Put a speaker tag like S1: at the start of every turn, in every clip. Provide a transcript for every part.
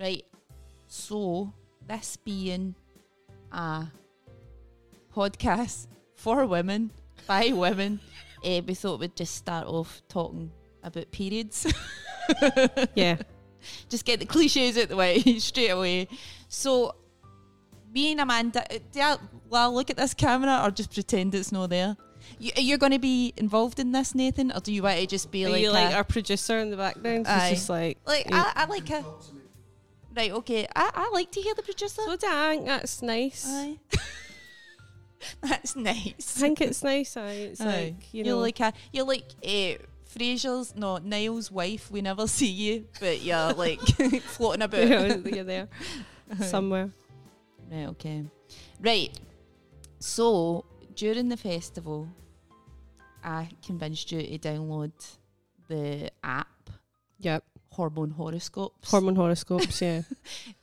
S1: Right. So this being a podcast for women by women, eh, we thought we'd just start off talking about periods.
S2: Yeah.
S1: just get the cliches out the way straight away. So, me and Amanda, do I, will I look at this camera or just pretend it's not there? You, are you going to be involved in this, Nathan, or do you want to just be
S2: Are
S1: like,
S2: you like
S1: a-
S2: our producer in the background?
S1: Aye.
S2: She's just like,
S1: like I, I like a right? Okay, I, I like to hear the producer.
S2: so dang, that's nice.
S1: Aye. That's
S2: I
S1: nice.
S2: think it's nice. Aye. It's
S1: Aye.
S2: like you
S1: are
S2: know,
S1: like a, you're like eh, Fraser's, no Niall's wife. We never see you, but you're like floating about.
S2: you know, you're there somewhere.
S1: Right, okay. Right. So during the festival, I convinced you to download the app
S2: Yep.
S1: Hormone Horoscopes.
S2: Hormone horoscopes. Yeah.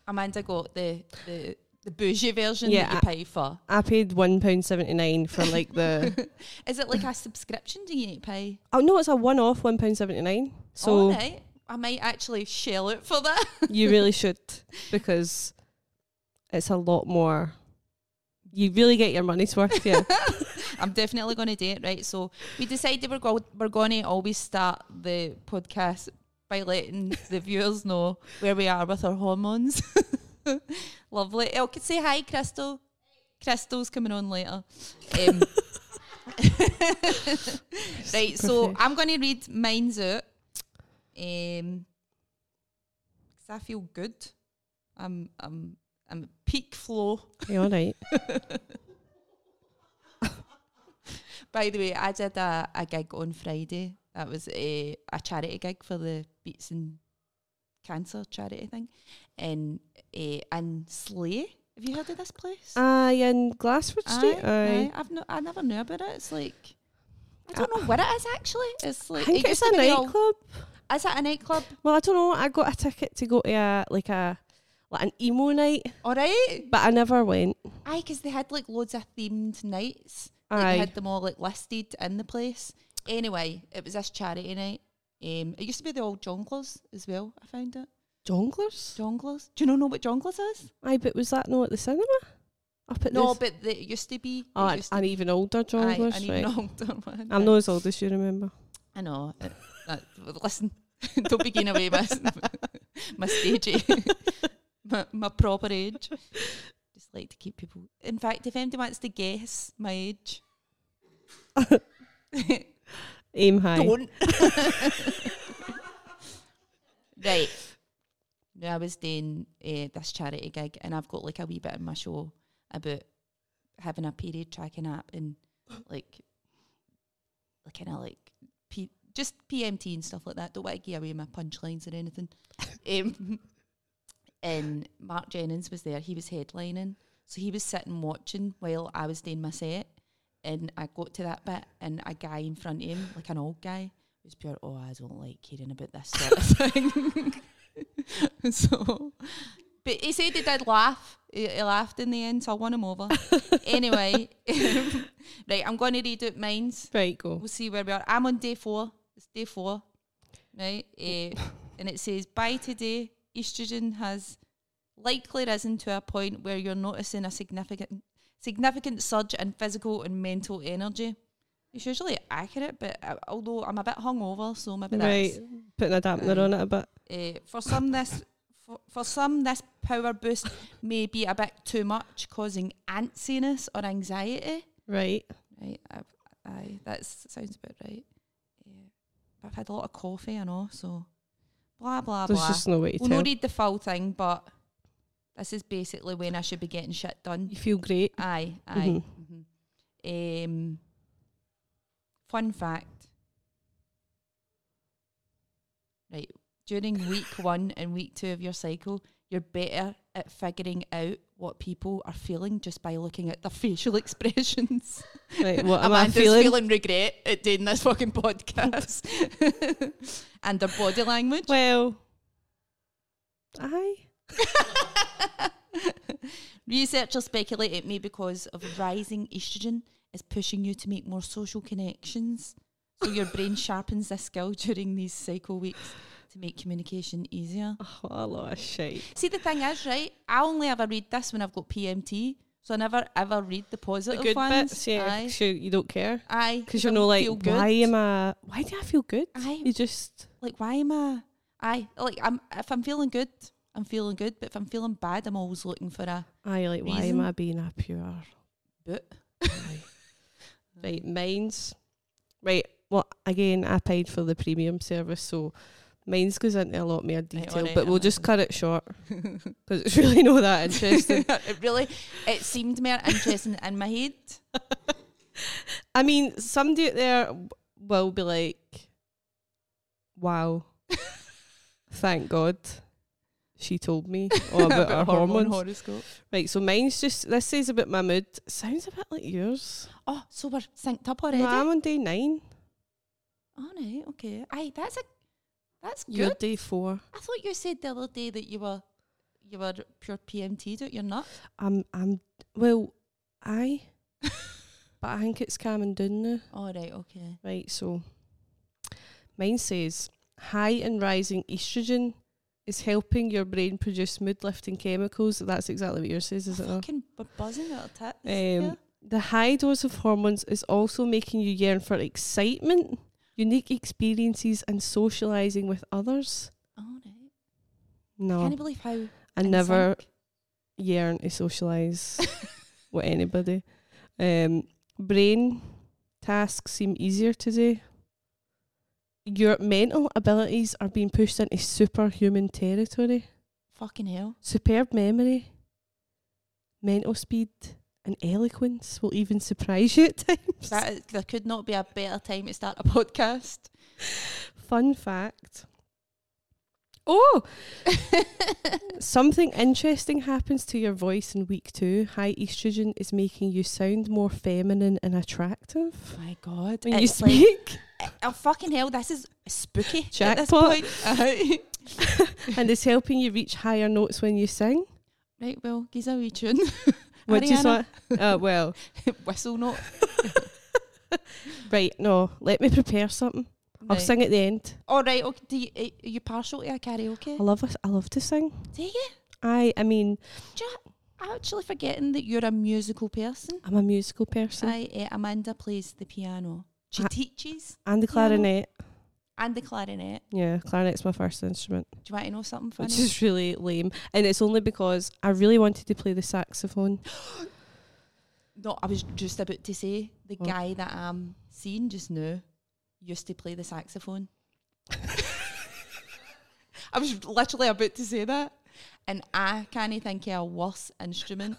S1: Amanda got the the, the bougie version
S2: Yeah,
S1: that you
S2: I-
S1: pay for.
S2: I paid one pound seventy nine for like the.
S1: Is it like a subscription? Do you need to pay?
S2: Oh no, it's a one off one pound seventy nine.
S1: All
S2: So
S1: right. I might actually shell it for that.
S2: you really should because it's a lot more. You really get your money's worth. Yeah.
S1: I'm definitely going to do it, right? So we decided we're, go- we're going to always start the podcast by letting the viewers know where we are with our hormones. Lovely. I could say hi, Crystal. Crystal's coming on later. Um, right, so
S2: Perfect.
S1: I'm going to read mine's out. Um, 'cause I feel good. I'm, I'm, I'm at peak flow.
S2: you all right?
S1: By the way, I did a, a gig on Friday. That was a, a charity gig for the Beats and Cancer charity thing. And uh, in Slay. Have you heard of this place?
S2: Aye, in Glassford Street.
S1: aye.
S2: Uh, Aye.
S1: I've no, I never knew about it. It's like I don't know where it is actually. It's
S2: Uh, I
S1: like
S2: think
S1: it
S2: it's
S1: used
S2: a
S1: to be all-
S2: nightclub.
S1: Is it a nightclub?
S2: Well, I don't know. I got a ticket to go to a like a like an emo night,
S1: All right.
S2: but I never went.
S1: Aye, because they had like loads of themed nights. Like,
S2: Aye.
S1: they had them all like listed in the place. Anyway, it was this charity night. Um, it used to be the old Jonglers as well. I found it.
S2: Jonglers?
S1: Jonglers? Do you not know what jonglers is?
S2: Aye, but was that not at the cinema? Up at
S1: No,
S2: this?
S1: but they it used to be. it
S2: Oh, an,
S1: used to
S2: an
S1: be-
S2: even older
S1: aye,
S2: jonglers,
S1: an
S2: right?
S1: even older one.
S2: I'm not as old as you remember.
S1: I know. uh, uh, listen, don't begin away my my stage, age. my, my proper age. Just like to keep people. In fact, if anybody wants to guess my age,
S2: Aim high.
S1: don't. right. No, I was doing uh, this charity gig, and I've got like a wee bit in my show about having a period tracking app and like, kind of like P- just PMT and stuff like that. Don't want to give away my punchlines or anything. um, and Mark Jennings was there. He was headlining, so he was sitting watching while I was doing my set. And I got to that bit, and a guy in front of him, like an old guy, was pure. Oh, I don't like hearing about this sort of thing. so, but he said he did laugh. He, he laughed in the end, so I won him over. anyway, right, I'm going to read out mine's
S2: Right, go.
S1: we'll see where we are. I'm on day four. It's day four, right? Uh, and it says by today, estrogen has likely risen to a point where you're noticing a significant significant surge in physical and mental energy. It's usually accurate, but uh, although I'm a bit hungover, so maybe
S2: Right,
S1: that's
S2: putting a dampener on it a bit.
S1: uh, for some this for, for some this power boost may be a bit too much, causing antsiness or anxiety.
S2: Right.
S1: Right, I've, aye, that sounds about right. Yeah. But I've had a lot of coffee, I know, so blah, blah,
S2: There's
S1: blah.
S2: just no way
S1: Ah,
S2: to
S1: we'll
S2: tell.
S1: not read the full thing, but this is basically when I should be getting shit done.
S2: you feel Mm-hmm. great.
S1: Aye, aye. hmm Um, fun fact. Right, during week one and week two of your cycle, you're better at figuring out what people are feeling just by looking at their facial expressions.
S2: Right, what am I
S1: Amanda's
S2: feeling?
S1: regret at doing this fucking podcast and their body language.
S2: Well, aye.
S1: Researchers speculate it may because of rising estrogen is pushing you to make more social connections. So your brain sharpens this skill during these cycle weeks to make communication easier.
S2: Oh, what a lot of shit.
S1: See, the thing is, right? I only ever read this when I've got PMT, so I never ever read the
S2: The
S1: positive
S2: good
S1: ones.
S2: bits, yeah.
S1: Aye.
S2: Sure, you don't care
S1: Aye,
S2: because you're
S1: I
S2: no like,
S1: feel good.
S2: why am I? Why do I feel good?
S1: Aye.
S2: You just
S1: like why am I? Aye, like I'm. If I'm feeling good, I'm feeling good. But if I'm feeling bad, I'm always looking for a
S2: I like. Why
S1: Reason.
S2: am I being a pure?
S1: boot.
S2: Right, mine's right. Well, again, I paid for the premium service, so mine's goes into a lot more detail,
S1: alright,
S2: but
S1: I'm
S2: we'll
S1: not
S2: just
S1: gonna-
S2: cut it short because it's really not that interesting.
S1: it really, it seemed more interesting in my head.
S2: I mean, somebody out there w- will be like, "Wow, thank God, she told me all about our hormones."
S1: horoscope.
S2: Right, so mine's just this says about my mood. Sounds a bit like yours.
S1: Oh, so we're synced up
S2: No,
S1: already.
S2: I'm on day nine.
S1: All right, okay. Aye, that's a that's good.
S2: You're day four.
S1: I thought you said the other day that you were you were pure PMT, don't you're not?
S2: I'm. I'm. Well, I. but I think it's calming down now.
S1: All right, okay.
S2: Right, so mine says high and rising estrogen is helping your brain produce mood lifting chemicals. That's exactly what yours says, is it not?
S1: Fucking we're buzzing out of tits.
S2: Uh. Um,
S1: here.
S2: The high dose of hormones is also making you yearn for excitement, unique experiences, and socializing with others.
S1: All right. Can
S2: No,
S1: you believe how
S2: I
S1: in
S2: never
S1: sync?
S2: yearn to socialize with anybody. Um, brain tasks seem easier today. Your mental abilities are being pushed into superhuman territory.
S1: fucking hell?
S2: Superb memory, mental speed, and eloquence will even surprise you at times.
S1: That is, there could not be a better time to start a podcast.
S2: Fun fact. Oh, something interesting happens to your voice in week two. High estrogen is making you sound more feminine and attractive
S1: My God,
S2: when you
S1: it's like-
S2: speak.
S1: Oh fucking hell! This is spooky.
S2: Jackpot.
S1: At this point. Aye.
S2: and it's helping you reach higher notes when you sing.
S1: right, well, give us a wee tune.
S2: Which is
S1: Ariana.
S2: what? Uh, well,
S1: Whistle note.
S2: right. No, let me prepare something. I'll
S1: Right.
S2: sing at the end.
S1: All right. Okay. Do you, eh, are you partial to a karaoke?
S2: I love. us- I love to sing.
S1: Do you?
S2: I. I mean,
S1: I'm actually forgetting that you're a musical person.
S2: I'm a musical person
S1: I uh, Amanda plays the piano. She
S2: Ah.
S1: teaches
S2: and the
S1: Piano.
S2: clarinet.
S1: and the clarinet.
S2: Yeah, clarinet's my first instrument.
S1: Do you want to know something funny?
S2: which is really lame. And it's only because I really wanted to play the saxophone.
S1: no, I was just about to say the
S2: What?
S1: guy that I'm seeing just now used to play the saxophone. I was literally about to say that, and I can't think of a worse instrument.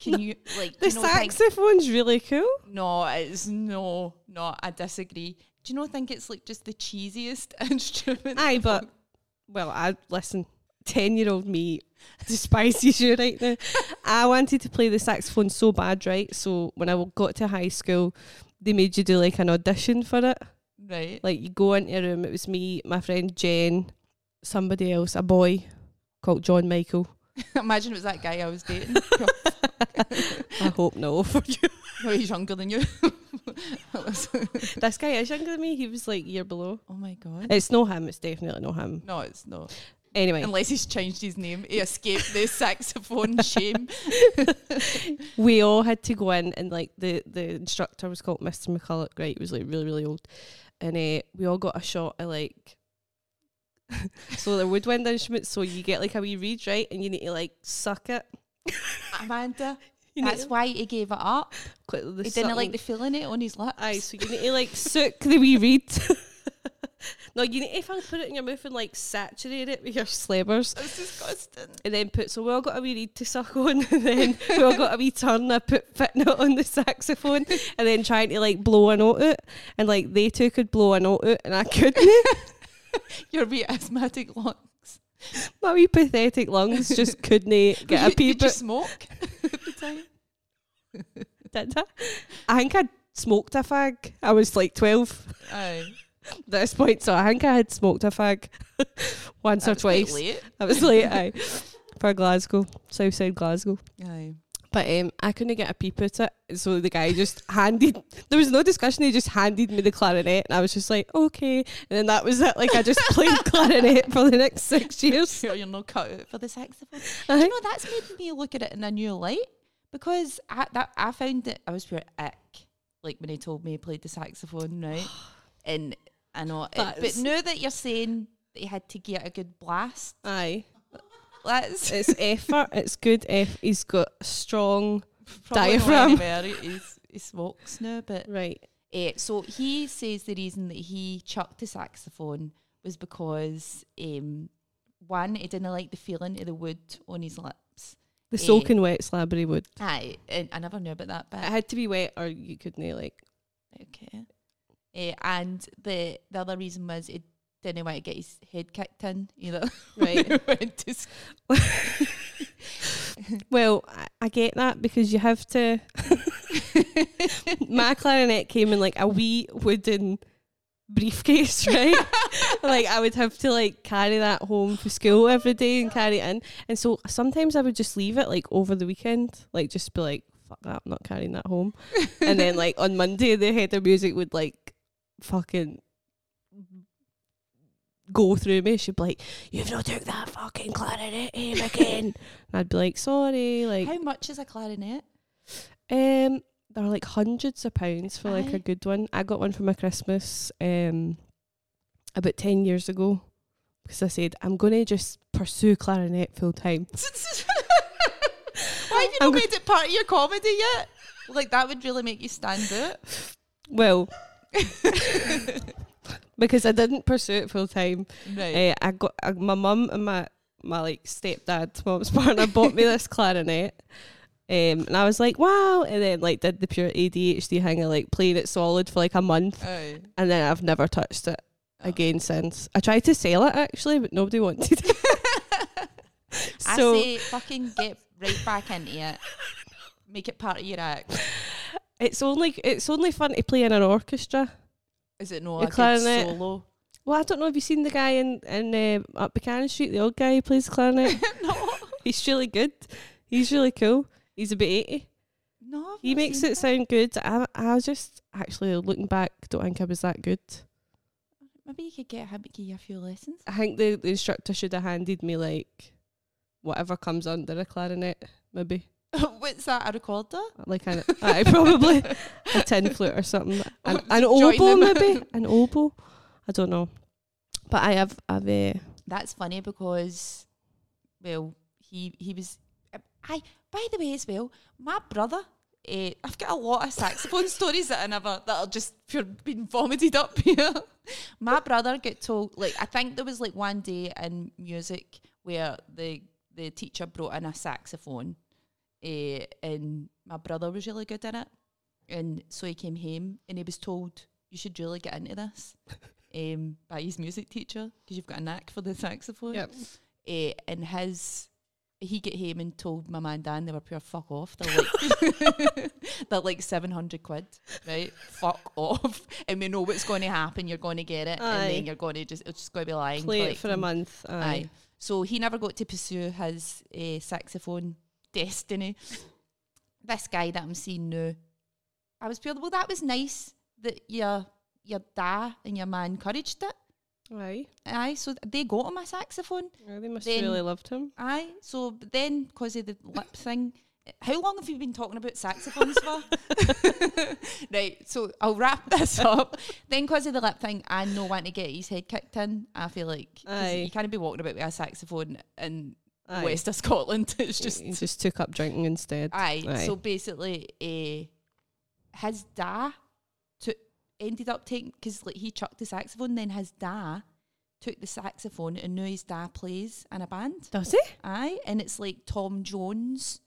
S1: Can you like
S2: The
S1: do you know, think-
S2: saxophone's really cool.
S1: No, it's no, no. I disagree. Do you know? Think it's like just the cheesiest instrument.
S2: Aye, but well, I listen. Ten-year-old me despises you right now. I wanted to play the saxophone so bad, right? So when I got to high school, they made you do like an audition for it.
S1: right?
S2: Like you go into a room. It was me, my friend Jen, somebody else, a boy called John Michael.
S1: Imagine it was that guy I was dating.
S2: I hope no for you.
S1: no, he's younger than you.
S2: this guy is younger than me. He was like year below.
S1: oh my god.
S2: It's no him. It's definitely no him.
S1: No, it's not.
S2: Anyway,
S1: Unless he's changed his name, he escaped the saxophone shame.
S2: we all had to go in, and like the the instructor was called Mr. McCulloch. Right, he was like really really old, and uh, we all got a shot of like. so the woodwind instruments. So you get like a wee reed, right, and you need to like suck it.
S1: Amanda,
S2: You
S1: that's
S2: need
S1: why he gave it up.
S2: to, qu- the
S1: he didn't like
S2: sucking-
S1: the feeling it on his lips.
S2: Aye, so you need to like soak the wee reed. no, you need to fucking put it in your mouth and like saturate it with your slabbers.
S1: It's disgusting.
S2: and then put so we all got a wee reed to suck on and then we all got a wee turn I put Fitna on the saxophone and then trying to like blow a note out and like they two could blow a note out and I couldn't
S1: Your wee asthmatic lungs.
S2: my wee pathetic lungs just couldn't eh, get
S1: Did
S2: a pee
S1: you
S2: but
S1: smoke at the time?
S2: did I? I think I smoked a fag I was like 12
S1: Aye.
S2: at this point so I think I had smoked a fag once
S1: That
S2: or
S1: was quite
S2: twice
S1: late.
S2: I was late aye for Glasgow Southside Glasgow
S1: Aye.
S2: But um, I couldn't get a peep at it, so the guy just handed. There was no discussion. He just handed me the clarinet, and I was just like, "Okay." And then that was it. Like I just played clarinet for the next six years.
S1: You're not cut out for the saxophone.
S2: I
S1: Do you
S2: think
S1: know that's made me look at it in a new light because I that I found that I was pure ick like when he told me he played the saxophone right and I know it, but
S2: That's-
S1: now that you're saying that he had to get a good blast
S2: Aye,
S1: that's
S2: it's effort. It's good. Eff- he's got strong.
S1: probably not
S2: Diaphragm.
S1: anywhere he- he's, he smokes now but
S2: Right.
S1: eh, so he says the reason that he chucked the saxophone was because um one he didn't like the feeling of the wood on his lips
S2: The
S1: Eh.
S2: soaking wet slabbery wood.
S1: aye and I never knew about that
S2: It
S1: but
S2: had to be wet, or you couldn't like.
S1: Okay. Eh, and the the other reason was it didn't want to get his head kicked in either.
S2: Right.
S1: When he went to sc-
S2: Well, I, I get that because you have to. My clarinet came in like a wee wooden briefcase, right? like I would have to like carry that home for school every day and carry it in. And so sometimes I would just leave it like over the weekend, like just be like, fuck that, I'm not carrying that home. and then like on Monday, the head of music would like fucking go through me. She'd be like, you've not took that fucking clarinet home again. and I'd be like, sorry, like
S1: How much is a clarinet?
S2: um, they're like hundreds of pounds for like
S1: Aye.
S2: a good one. I got one for my Christmas um about ten years ago because I said I'm gonna just pursue clarinet full time.
S1: Why have you
S2: I'm
S1: not
S2: go-
S1: made it part of your comedy yet? Like that would really make you stand out.
S2: Well, because I didn't pursue it full time,
S1: Right.
S2: uh, I got uh, my mum and my my like stepdad, mum's partner, bought me this clarinet. Um, and I was like, wow. And then, like, did the pure ADHD hang of like playing it solid for like a month.
S1: Aye.
S2: and then I've never touched it
S1: Oh.
S2: again since. I tried to sell it actually, but nobody wanted it.
S1: I
S2: so
S1: say fucking get right back into it. Make it part of your act.
S2: it's only it's only fun to play in an orchestra.
S1: Is it not
S2: Your
S1: a good
S2: clarinet.
S1: solo?
S2: Well, I don't know. Have you seen the guy in in uh, up Buchanan Street? The old guy who plays the clarinet.
S1: no.
S2: He's really good. He's really cool. He's about eighty.
S1: No. I've
S2: He
S1: not
S2: makes
S1: seen
S2: it
S1: that.
S2: sound good. I I was just actually looking back, don't think I was that good.
S1: Maybe you could get him to give you a few lessons.
S2: I think the, the instructor should have handed me like whatever comes under a clarinet, maybe
S1: What's that? A recorder?
S2: like an I probably. a tin flute or something. An,
S1: Or
S2: an
S1: just join
S2: oboe,
S1: them.
S2: maybe? An oboe? I don't know. But I have, I've, uh,
S1: That's funny because, well, he he was. um, I by the way as well, my brother. Uh, I've got a lot of saxophone stories that I never that are just pure being vomited up here. my brother got told like I think there was like one day in music where the the teacher brought in a saxophone, uh, and my brother was really good at it, and so he came home and he was told you should really get into this um, by his music teacher because you've got a knack for the saxophone.
S2: Yep.
S1: Eh, and his he get home and told my man Dan they were pure fuck off. They're like they're like seven hundred quid, right? fuck off. And we know what's going to happen. You're going to get it, and
S2: Aye.
S1: then you're going to just it's just going to be lying.
S2: play it for a
S1: collecting.
S2: month. Aye.
S1: Aye. So he never got to pursue his uh, saxophone destiny. this guy that I'm seeing now, I was pure. Well, that was nice that your your da and your man encouraged it.
S2: Aye.
S1: Aye, so they got him a saxophone.
S2: Aye, They must
S1: Then-
S2: have really loved him.
S1: Aye, so but then because of the lip thing, how long have you been talking about saxophones for? right, so I'll wrap this up. Then because of the lip thing and no one to get his head kicked in, I feel like 'cause
S2: Aye.
S1: you can't be walking about with a saxophone in the
S2: Aye.
S1: west of Scotland. It's just
S2: He just took up drinking instead.
S1: aye.
S2: Aye.
S1: So basically, uh, his da took ended up taking because like he chucked the saxophone, then his da took the saxophone, and now his da plays in a band.
S2: Does he?
S1: Aye, and it's like Tom Jones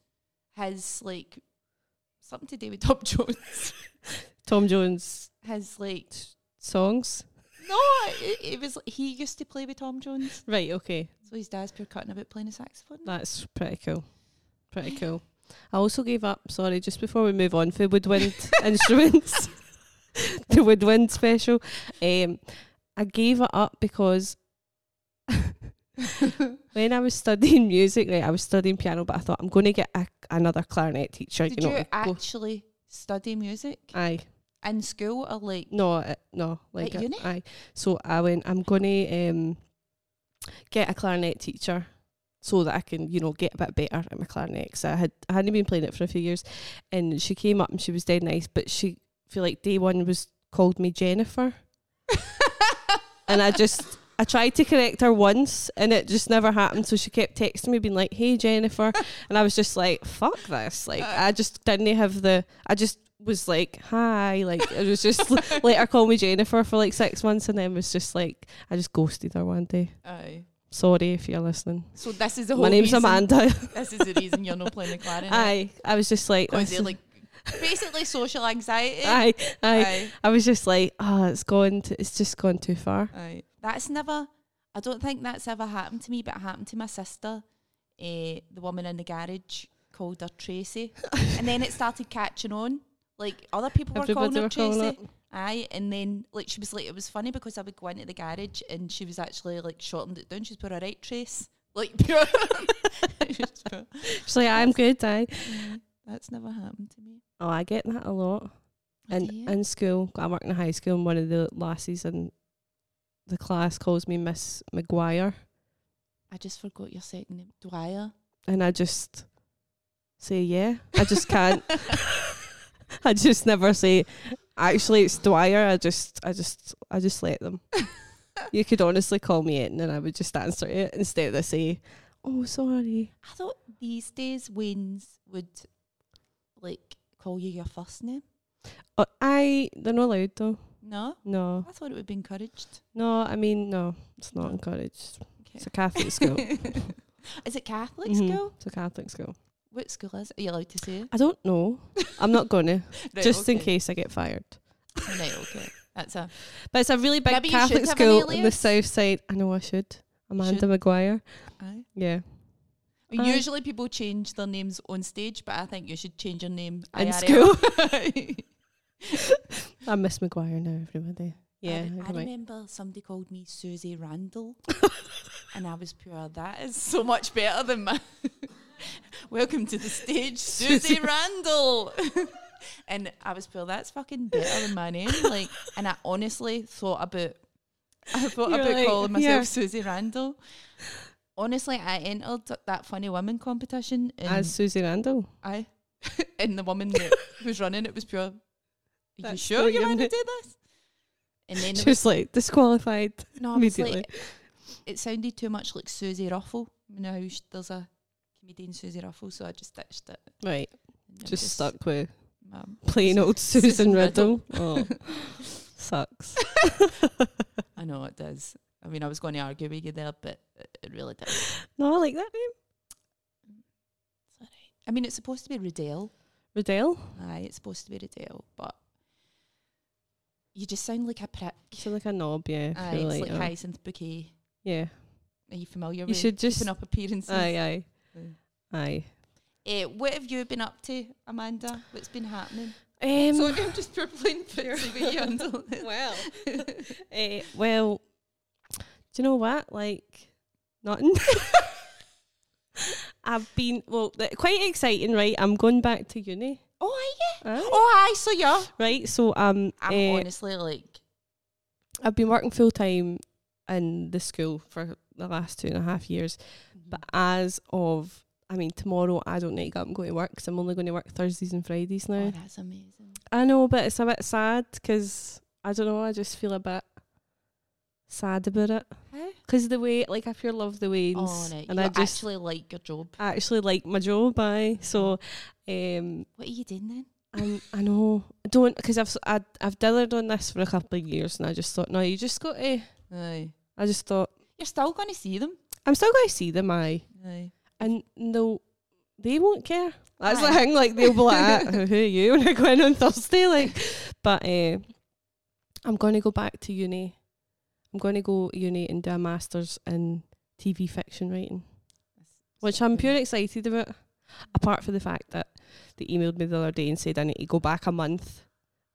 S1: has like something to do with Tom Jones
S2: Tom Jones
S1: has like
S2: songs.
S1: no, it, it was he used to play with Tom Jones,
S2: Right, okay.
S1: so his dad's pure cutting about playing a saxophone.
S2: That's pretty cool. Pretty cool. I also gave up, sorry, just before we move on for woodwind instruments, the woodwind special. Um, I gave it up because when I was studying music, right, I was studying piano, but I thought I'm going to get a, another clarinet teacher.
S1: Did
S2: you
S1: you,
S2: know, go- Uh,
S1: actually study music
S2: aye,
S1: in school or like?
S2: no, uh, no, like
S1: At
S2: uh,
S1: uni?
S2: aye. So I went. I'm going to um, get a clarinet teacher so that I can, you know, get a bit better at my clarinet. 'cause I had I hadn't been playing it for a few years, and she came up and she was dead nice, but she feel like day one was called me Jennifer. and I just I tried to correct her once and it just never happened. So she kept texting me, being like, "Hey Jennifer," and I was just like, "Fuck this!" Like I just didn't have the. I just was like, "Hi," like it was just let her call me Jennifer for like six months, and then was just like, I just ghosted her one day.
S1: Aye.
S2: Sorry if you're listening.
S1: So this is the whole.
S2: My name's
S1: reason,
S2: Amanda.
S1: This is the reason you're not playing the clarinet.
S2: Aye, I was just like,
S1: Because
S2: this
S1: they're
S2: is-
S1: like basically social anxiety.
S2: aye, aye.
S1: Aye.
S2: I was just like, ah, it's gone. To, it's just gone too far.
S1: Aye. That's never. I don't think that's ever happened to me, but it happened to my sister. Uh, the woman in the garage called her Tracy, and then it started catching on. Like other people were calling
S2: Everybody
S1: her
S2: were
S1: Tracy.
S2: calling it.
S1: Aye, and then like she was like, it was funny because I would go into the garage and she was actually like shortened it down. She's put a right trace, like pure. She's pure.
S2: She's like, I'm good. Aye.
S1: That's never happened to me.
S2: Oh, I get that a lot. And
S1: Do you?
S2: in school, I worked in a high school, and one of the lassies in the class calls me Miss McGuire,
S1: I just forgot your second name, Dwyer.
S2: and I just say yeah. I just can't. I just never say. Actually, it's Dwyer. I just, I just, I just let them. You could honestly call me it, and then I would just answer it instead of say, "Oh, sorry."
S1: I thought these days Wayne's would like call you your first name.
S2: Oh, I. They're not allowed though.
S1: No,
S2: No,
S1: I thought it would be encouraged.
S2: no. I mean, no. It's not
S1: No.
S2: encouraged.
S1: Okay.
S2: It's a Catholic school.
S1: is it Catholic
S2: Mhm.
S1: school?
S2: It's a Catholic school.
S1: What school is it? Are you allowed to say it?
S2: I don't know. I'm not gonna,
S1: Right,
S2: just in
S1: okay.
S2: case I get fired.
S1: Right, okay. That's a
S2: But it's a really big
S1: Maybe you should
S2: Catholic
S1: have an
S2: school in the
S1: alias.
S2: south side. I know I should. Amanda Maguire.
S1: aye.
S2: Yeah.
S1: Well,
S2: Aye.
S1: Usually people change their names on stage, but I think you should change your name
S2: In
S1: IRL.
S2: school.
S1: I-
S2: I miss Maguire now, everybody. Yeah.
S1: I,
S2: I might-
S1: remember somebody called me Susie Randall, and I was pure. That is so much better than my. Welcome to the stage, Susie
S2: Susie-
S1: Randall. and I was pure. That's fucking better than my name. Like, and I honestly thought about. I thought
S2: You're
S1: about
S2: like,
S1: calling myself
S2: yeah.
S1: Susie Randall. Honestly, I entered that funny women competition, and
S2: As Susie Randall.
S1: I and the woman that was running it was pure. Are you
S2: That's
S1: sure
S2: the
S1: you want to
S2: unit.
S1: do this? And then there
S2: She was like disqualified.
S1: no, I was
S2: Immediately.
S1: like, it sounded too much like Susie Ruffle. You know, how sh- there's a comedian Susie Ruffle, so I just ditched it.
S2: Right.
S1: And I'm
S2: Just, stuck with
S1: um,
S2: plain old
S1: Susan
S2: Susan,
S1: Riddle.
S2: Riddle. Oh. Sucks.
S1: I know it does. I mean, I was going to argue with you there, but it, it really does.
S2: No, I like that name.
S1: I mean, it's supposed to be Riddell.
S2: Riddell.
S1: Aye, it's supposed to be Riddell, but you just sound like a prick.
S2: So like a knob, yeah. I
S1: Aye,
S2: feel
S1: it's
S2: like,
S1: like
S2: oh.
S1: Hyacinth Bouquet.
S2: Yeah.
S1: Are you familiar
S2: You
S1: with
S2: should just- Oh,
S1: keeping up appearances?
S2: Aye, aye.
S1: Mm.
S2: Aye.
S1: Eh, what have you been up to, Amanda? What's been happening?
S2: Um,
S1: so I'm just pure playing footsie with you. and all this. Oh,
S2: well, eh, well, do you know what? Like, nothing. I've been well, th- quite exciting, right? I'm going back to uni,
S1: Oh, are you?
S2: Aye.
S1: Oh, aye, so yeah.
S2: right? So, um,
S1: I'm
S2: eh,
S1: honestly like,
S2: I've been working full time in the school for the last two and a half years, but as of I mean, tomorrow I don't need to get up and go to work 'cause I'm only going to work Thursdays and Fridays now.
S1: oh, that's amazing.
S2: I know, but it's a bit sad 'cause I don't know. I just feel a bit sad about it.
S1: How?
S2: 'Cause the way, like, I pure love the Waynes,
S1: Oh, no,
S2: and
S1: you
S2: I just
S1: actually like your job.
S2: I actually like my job. I so, um,
S1: What are you doing then?
S2: I'm, I know I don't because I've s- I, I've dillered on this for a couple of years, and I just thought, no, you just got to.
S1: Aye.
S2: I just thought
S1: You're still going to see them.
S2: I'm still going to see them. I
S1: Aye.
S2: and no, they won't care. That's
S1: Aye.
S2: the thing. Like they'll be like, "Ah, "Who are you?" When I go in on Thursday, like. But uh, I'm going to go back to uni. I'm going to go uni and do a masters in TV fiction writing, which I'm pure excited about. Apart from the fact that they emailed me the other day and said I need to go back a month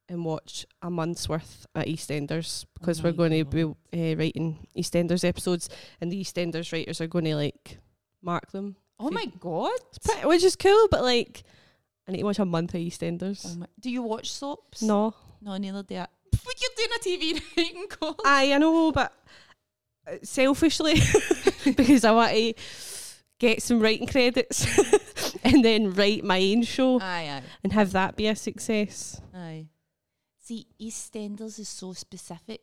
S2: and watch a month's worth at EastEnders because
S1: my
S2: we're going to be uh, writing EastEnders episodes, and the EastEnders writers are going to like mark them,
S1: Oh my god!
S2: Pretty- which is cool. But like, I need to watch a month of
S1: Oh
S2: EastEnders.
S1: my, do you watch soaps?
S2: No,
S1: no, neither do I. But you're doing a TV rating call.
S2: I I know, but uh, selfishly because I want to get some writing credits and then write my own show
S1: Aye,
S2: and have that be a success.
S1: aye, aye. See, EastEnders is so specific,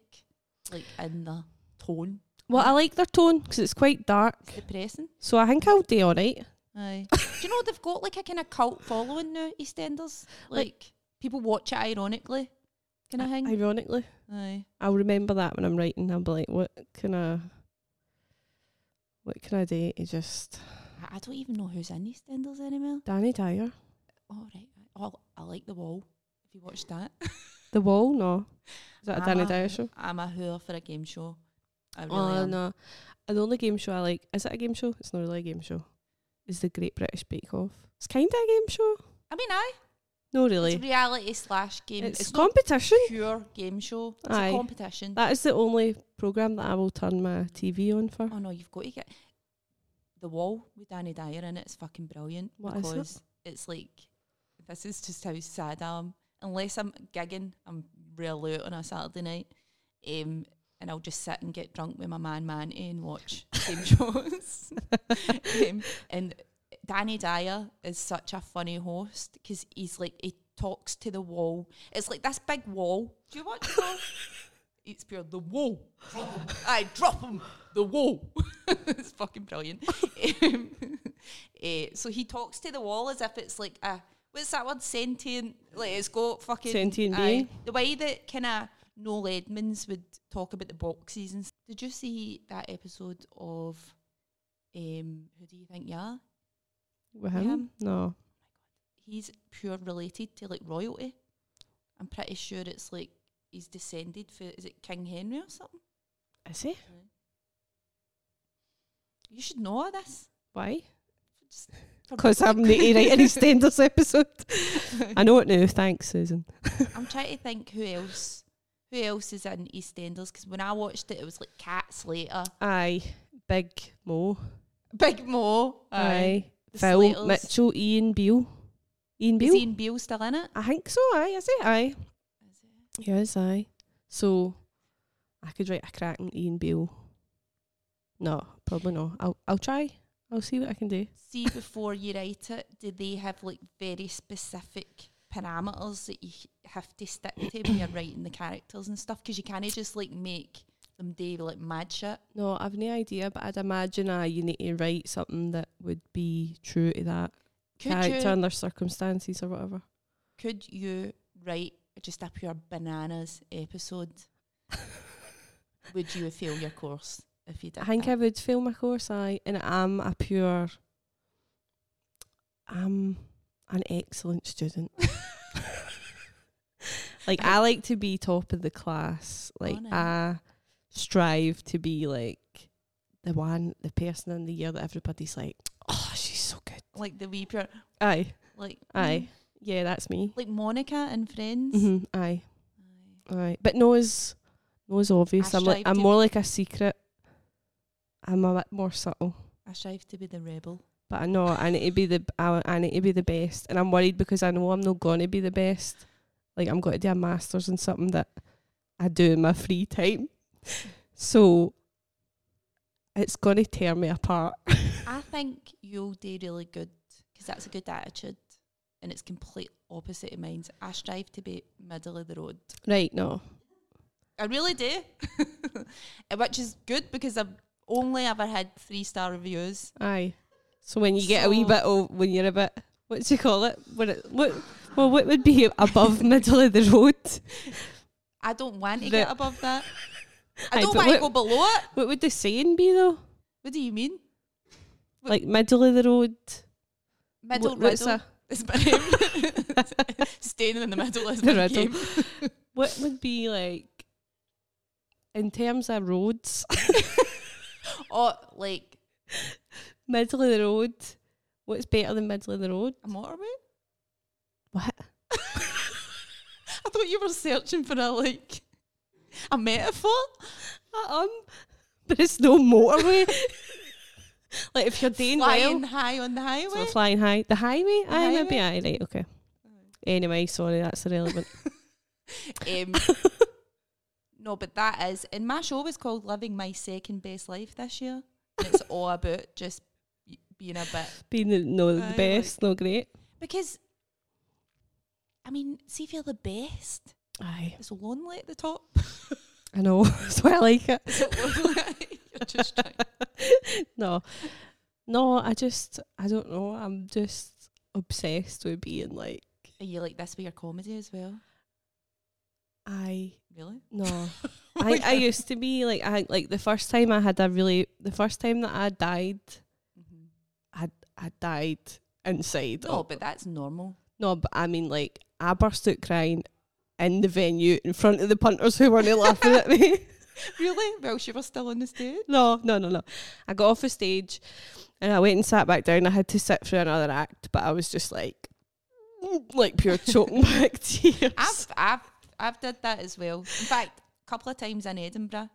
S1: like in the tone.
S2: Well, I like their tone because it's quite dark.
S1: It's depressing.
S2: So I think I'll do all right.
S1: Aye. Do you know they've got like a kind of cult following now? EastEnders, like, people watch it ironically. Kind of thing.
S2: Ironically,
S1: Aye.
S2: I'll remember that when I'm writing. I'll be like, what can I, what can I do to just
S1: I, I don't even know who's in EastEnders anymore.
S2: Danny Dyer,
S1: Oh right. Oh, I like The Wall. Have you watched that?
S2: The Wall? No, is that a Danny
S1: I'm a-
S2: Dyer show?
S1: I'm a whore for a game show. Ah. I really
S2: oh
S1: am.
S2: no, and the only game show I like is it a game show? It's not really a game show. Is the Great British Bake Off? It's kind of a game show.
S1: I mean, I
S2: No, really,
S1: it's reality slash game.
S2: it's,
S1: It's, not
S2: competition.
S1: pure game show. It's
S2: Aye.
S1: a competition.
S2: That is the only program that I will turn my TV on for.
S1: oh no, you've got to get the wall with Danny Dyer in it. It's fucking brilliant
S2: What is it?
S1: because it's like this is just how sad I am. Unless I'm gigging, I'm real out on a Saturday night, um, and I'll just sit and get drunk with my man Manty and watch game shows. um, and Danny Dyer is such a funny host because he's like he talks to the wall. It's like this big wall. Do you watch the wall? it's pure the wall. I drop him the wall. it's fucking brilliant. um, eh, so he talks to the wall as if it's like a what's that word sentient? Like it's got fucking
S2: Sentient
S1: aye.
S2: being?
S1: The way that kind of Noel Edmonds would talk about the boxes and. s- Did you see that episode of? Um, who do you think you are?
S2: With
S1: Yeah.
S2: him? No.
S1: he's pure related to like royalty. I'm pretty sure it's like he's descended for is it King Henry or something?
S2: Is he?
S1: You should know all this.
S2: Why?
S1: Just
S2: Because I'm the writing EastEnders episode. I know it now. Thanks, Susan.
S1: I'm trying to think who else who else is in EastEnders because when I watched it, it was like Cat Slater,
S2: Aye. Big Mo.
S1: Big Mo,
S2: Aye.
S1: the
S2: Phil
S1: Slaters.
S2: Mitchell. Ian Beale. Ian
S1: Is
S2: Beale?
S1: Ian Beale still in it?
S2: I think so. Aye. Is he? Aye. Yes, aye. So I could write a cracking Ian Beale. No, probably not. I'll I'll try. I'll see what I can do.
S1: See before you write it, do they have like very specific parameters that you h- have to stick to when you're writing the characters and stuff? Because you can't just like make them do like mad shit.
S2: No, I've no idea, but I'd imagine uh, you need to write something that would be true to that
S1: Could
S2: character
S1: you
S2: and their circumstances or whatever.
S1: could you write just a pure bananas episode? Would you fail your course if you did?
S2: I think
S1: that?
S2: I would fail my course, I and I'm a pure I'm an excellent student. like I like to be top of the class. Like
S1: no.
S2: I strive to be like the one the person in the year that everybody's like, Oh, she's so good.
S1: like the wee pure
S2: Aye.
S1: like
S2: Aye. Yeah, that's me.
S1: like Monica and Friends.
S2: hmm Aye.
S1: Aye.
S2: Aye. But no is no is obvious.
S1: I
S2: I'm like
S1: strive
S2: I'm
S1: to-
S2: more like a secret. I'm a bit more subtle.
S1: I strive to be the rebel.
S2: But I know I need to be the I, I need to be the best, and I'm worried because I know I'm not going to be the best. Like I'm going to do a masters in something that I do in my free time, so it's going to tear me apart.
S1: I think you'll do really good because that's a good attitude, and it's complete opposite of mine. I strive to be middle of the road.
S2: right? No,
S1: I really do, Uh, which is good because I've only ever had three star reviews.
S2: aye. So when you get a wee
S1: So-
S2: bit of when you're a bit what do you call it? When it what well what would be above middle of the road?
S1: I don't want to
S2: The-
S1: get above that. I
S2: Aye,
S1: don't
S2: but
S1: want to
S2: what-
S1: go below it.
S2: What would the saying be though?
S1: What do you mean? What-
S2: Like middle of the road.
S1: Middle
S2: What- what's
S1: riddle.
S2: a-
S1: is my name. Staying in the middle is
S2: The
S1: my
S2: riddle.
S1: game.
S2: What would be like in terms of roads,
S1: Or like
S2: middle of the road? What's
S1: Um,
S2: better than middle of the road?
S1: a motorway.
S2: What?
S1: I thought thought you were searching for a like a metaphor. Uh, oh,
S2: I am, but it's no motorway. like if you're doing
S1: Flying
S2: well,
S1: high on the highway.
S2: so flying high, the highway,
S1: The
S2: I aye, maybe aye, right, okay. Anyway, sorry, that's irrelevant.
S1: Um, no, but that is, and my show was called Living My Second Best Life this year. And It's all about just y- being a bit
S2: Being the, no
S1: Aye,
S2: the
S1: like-
S2: best, no great.
S1: because, I mean, see if you're the best,
S2: Aye,
S1: it's lonely at the top.
S2: I know. that's why I like it.
S1: Is it lonely? you're just trying.
S2: No, no, I just, I don't know. I'm just obsessed with being like,
S1: Are you like this with your comedy as well?
S2: I
S1: Really?
S2: no. I, I used to be like I like the first time I had a really the first time that I died
S1: hmm
S2: Mm-hmm. I died inside.
S1: No, Oh, but that's normal.
S2: no, but I mean like I burst out crying in the venue in front of the punters who weren't laughing at me.
S1: Really? Well, she was still on the stage.
S2: No, no, no, no. I got off the stage and I went and sat back down. I had to sit through another act, but I was just like like pure choking back tears.
S1: I've, I've, I've did that as well. In fact, a couple of times in Edinburgh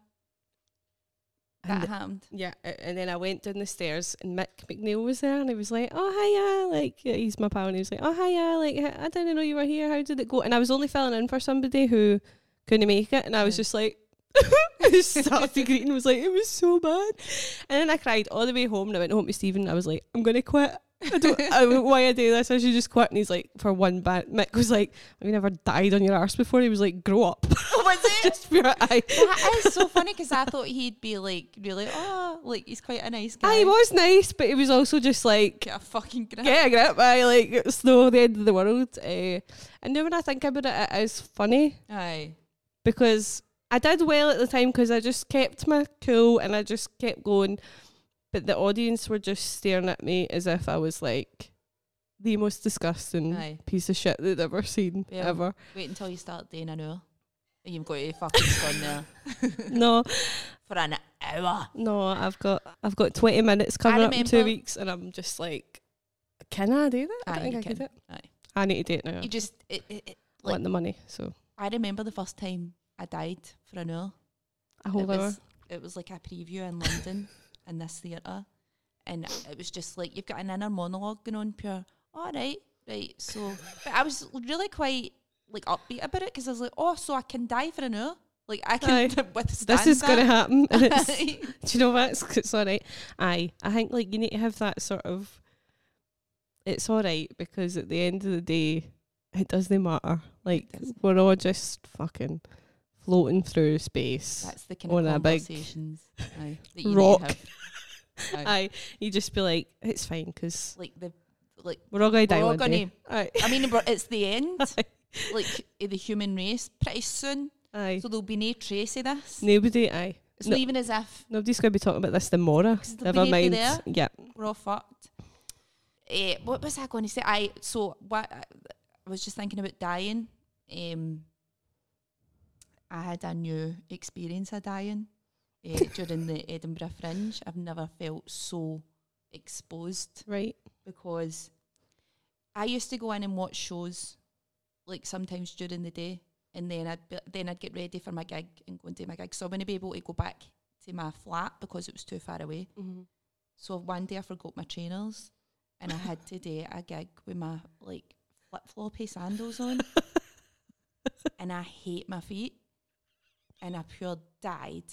S1: that
S2: And-
S1: happened.
S2: Yeah, a- and then I went down the stairs and Mick McNeil was there and he was like, "Oh hiya," like yeah, he's my pal, and he was like, "Oh hiya," like h- I didn't know you were here. How did it go? And I was only filling in for somebody who couldn't make it, and I was
S1: Mm.
S2: just like, I just started greeting, was like, "It was so bad," and then I cried all the way home. And I went home to Stephen, and I was like, "I'm gonna quit." I don't, I don't know why I do this. I should just quit. And he's like, for one bit, Mick was like, "Have you never died on your arse before?" He was like, "Grow up."
S1: was it?
S2: just pure eye.
S1: that is so funny because I thought he'd be like really oh like he's quite a nice guy.
S2: He was nice, but he was also just like
S1: get a fucking grip.
S2: get a grip by like it's no the end of the world. Uh, and now when I think about it, it is funny
S1: Aye.
S2: because I did well at the time because I just kept my cool and I just kept going. But the audience were just staring at me as if I was like the most disgusting
S1: Aye.
S2: piece of shit they'd ever seen
S1: Yeah.
S2: ever.
S1: Wait until you start doing an hour. And you've got to fucking stand there
S2: No,
S1: for an hour.
S2: no, I've got I've got twenty minutes coming up in two
S1: remember-
S2: weeks, and I'm just like, can I do that? I
S1: Aye,
S2: don't think
S1: you
S2: I can. do
S1: can.
S2: it.
S1: Aye.
S2: I need to do it now.
S1: You just it, it, it,
S2: I want
S1: like-
S2: the money, so
S1: I remember the first time I died for an hour.
S2: a whole
S1: it
S2: hour.
S1: was it was like a preview in London in this theatre, and it was just like you've got an inner monologue going on. Pure, all right, right. So, but I was really quite like upbeat about it because I was like, oh, so I can die for an hour. Like I can withstand.
S2: this is going to
S1: that.
S2: happen. and it's- do you know what? It's, it's all right. Aye, I think like you need to have that sort of. It's all right because at the end of the day, it doesn't matter. Like
S1: doesn't.
S2: we're all just fucking floating through space.
S1: That's the kind
S2: On
S1: of
S2: a big
S1: conversations aye, that you need to
S2: Rock.
S1: have. Aye.
S2: Aye, you just be like, it's fine because
S1: Like the like.
S2: we're all going to die
S1: We're all
S2: one day.
S1: gonna.
S2: Aye,
S1: I mean, we're- it's the end.
S2: Aye.
S1: Like eh, the human race, pretty soon.
S2: aye.
S1: So there'll be no trace of this.
S2: Nobody, aye.
S1: It's
S2: No,
S1: not even as if
S2: nobody's going to be talking about this tomorrow.
S1: 'Cause they'll be
S2: Never
S1: nobody
S2: mind.
S1: there.
S2: Yeah.
S1: we're all fucked. Eh, what was I going to say? I so what I was just thinking about dying. Um, I had a new experience of dying eh, during the Edinburgh Fringe. I've never felt so exposed
S2: Right.
S1: because I used to go in and watch shows, like sometimes during the day, and then I'd be, then I'd get ready for my gig and go and do my gig. So I wouldn't be able to go back to my flat because it was too far away. So one day I forgot my trainers and I had to do a gig with my like flip floppy sandals on and I hate my feet and I pure died.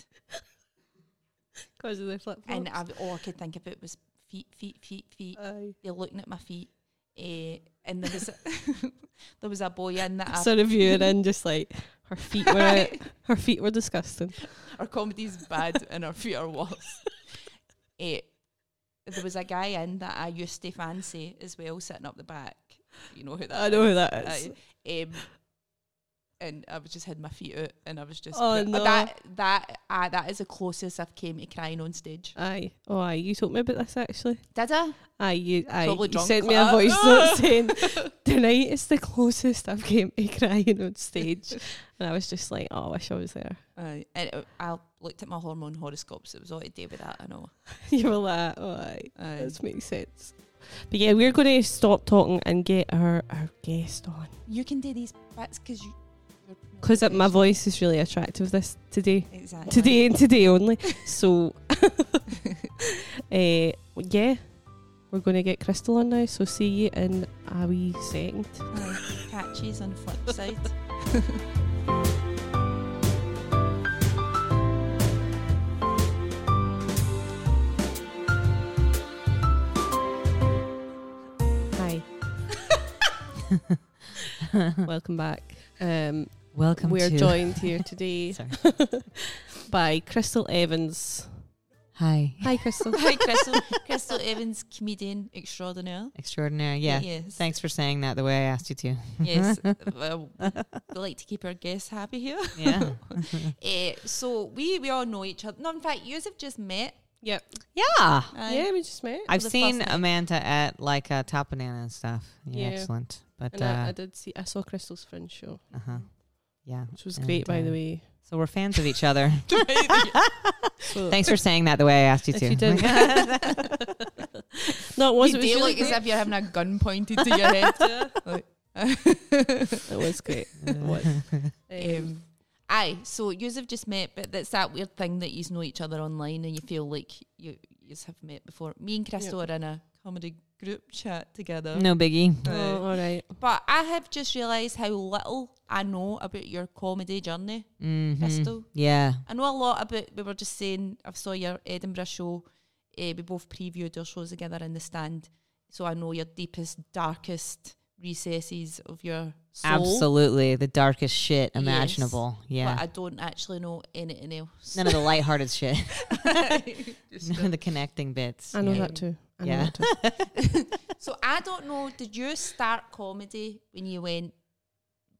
S2: Because of the flip
S1: And I, all I could think about was feet, feet, feet, feet.
S2: Aye.
S1: They're looking at my feet. Eh, and there was a, there was a boy in that I-
S2: sort of you and then just like her feet were out, her feet were disgusting.
S1: our comedy's bad and our feet are worse. Eh, there was a guy in that I used to fancy as well, sitting up the back. You know who that
S2: I know who that is.
S1: I, um, and I was just had my feet out, and I was just
S2: Oh, no.
S1: that that uh, that is the closest I've came to crying on stage.
S2: Aye. Oh aye, you told me about this actually.
S1: Did I?
S2: Aye, you aye
S1: Probably
S2: you
S1: drunk.
S2: sent me a
S1: Uh,
S2: voice note saying tonight is the closest I've came to crying on stage. and I was just like, Oh, I wish I was there.
S1: Aye. and it, I looked at my hormone horoscopes. It was all to do with that. I know.
S2: you were like, Oh aye,
S1: Aye.
S2: this makes sense. But yeah, we're gonna stop talking and get our, our guest on.
S1: You can do these bits because you
S2: because my voice is really attractive this today,
S1: Exactly.
S2: today and today only. So, eh, yeah, we're going to get Crystal on now. So see you in a wee second.
S1: Aye. Catches on flip side.
S2: Hi, welcome back. Um,
S3: Welcome
S2: we're
S3: to
S2: joined here today
S3: Sorry.
S2: by Crystal Evans.
S3: Hi.
S2: Hi, Crystal.
S1: Hi, Crystal. Crystal Evans, comedian extraordinaire.
S3: Extraordinary. Yeah.
S1: Yes.
S3: Thanks for saying that the way I asked you to.
S1: Yes. well, we like to keep our guests happy here.
S3: Yeah.
S1: Eh, so we we all know each other. No, in fact, yous have just met.
S2: yep.
S3: yeah.
S1: Aye.
S2: yeah, we just met.
S3: Ah, I've
S1: the first
S3: seen
S1: night.
S3: Amanda at like uh, Top Banana and stuff. Yeah,
S2: Yeah.
S3: excellent. But
S2: And I, I
S3: uh,
S2: did see. I saw Crystal's Fringe show,
S3: uh-huh. yeah.
S2: which was
S3: And,
S2: great, by the
S3: uh,
S2: way.
S3: So we're fans of each other.
S2: So
S3: Thanks for saying that the way I asked you
S2: if
S3: to.
S2: you did, no, it was.
S1: you
S2: It was,
S1: do
S2: really
S1: look as
S2: great.
S1: if you're having a gun pointed to your head. Like-
S2: it was great. It was. Um,
S1: Um, aye, so yous have just met, but that's that weird thing that you know each other online and you feel like you yous have met before. Me and Crystal are in a comedy group chat together.
S3: no biggie.
S2: oh, all right.
S1: But I have just realised how little I know about your comedy journey,
S3: Mhm.
S1: Crystal.
S3: Yeah.
S1: I know a lot about. We were just saying. I saw your Edinburgh show. Uh, we both previewed your shows together in the stand, so I know your deepest, darkest recesses of your soul.
S3: Absolutely. The darkest shit
S1: Yes.
S3: imaginable. Yeah.
S1: But I don't actually know anything else.
S3: None of the lighthearted shit.
S1: Just
S3: None of the connecting bits.
S2: I know
S3: Yeah.
S2: that too. I know
S3: Yeah.
S2: that too.
S1: So I don't know. Did you start comedy when you went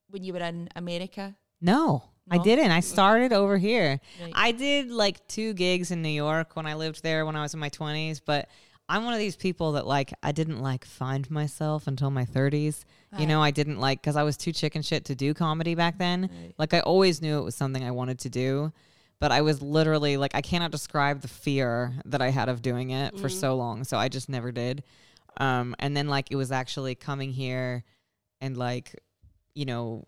S1: when you were in America?
S3: No, I
S1: No?
S3: didn't. I started over here.
S1: Right.
S3: I did like two gigs in New York when I lived there when I was in my 20s, but I'm one of these people that like I didn't like find myself until my 30s. You
S1: Right.
S3: know, I didn't like because I was too chicken shit to do comedy back then.
S1: Right.
S3: Like I always knew it was something I wanted to do, but I was literally like I cannot describe the fear that I had of doing it for so long. So I just never did. Um, and then like it was actually coming here and like you know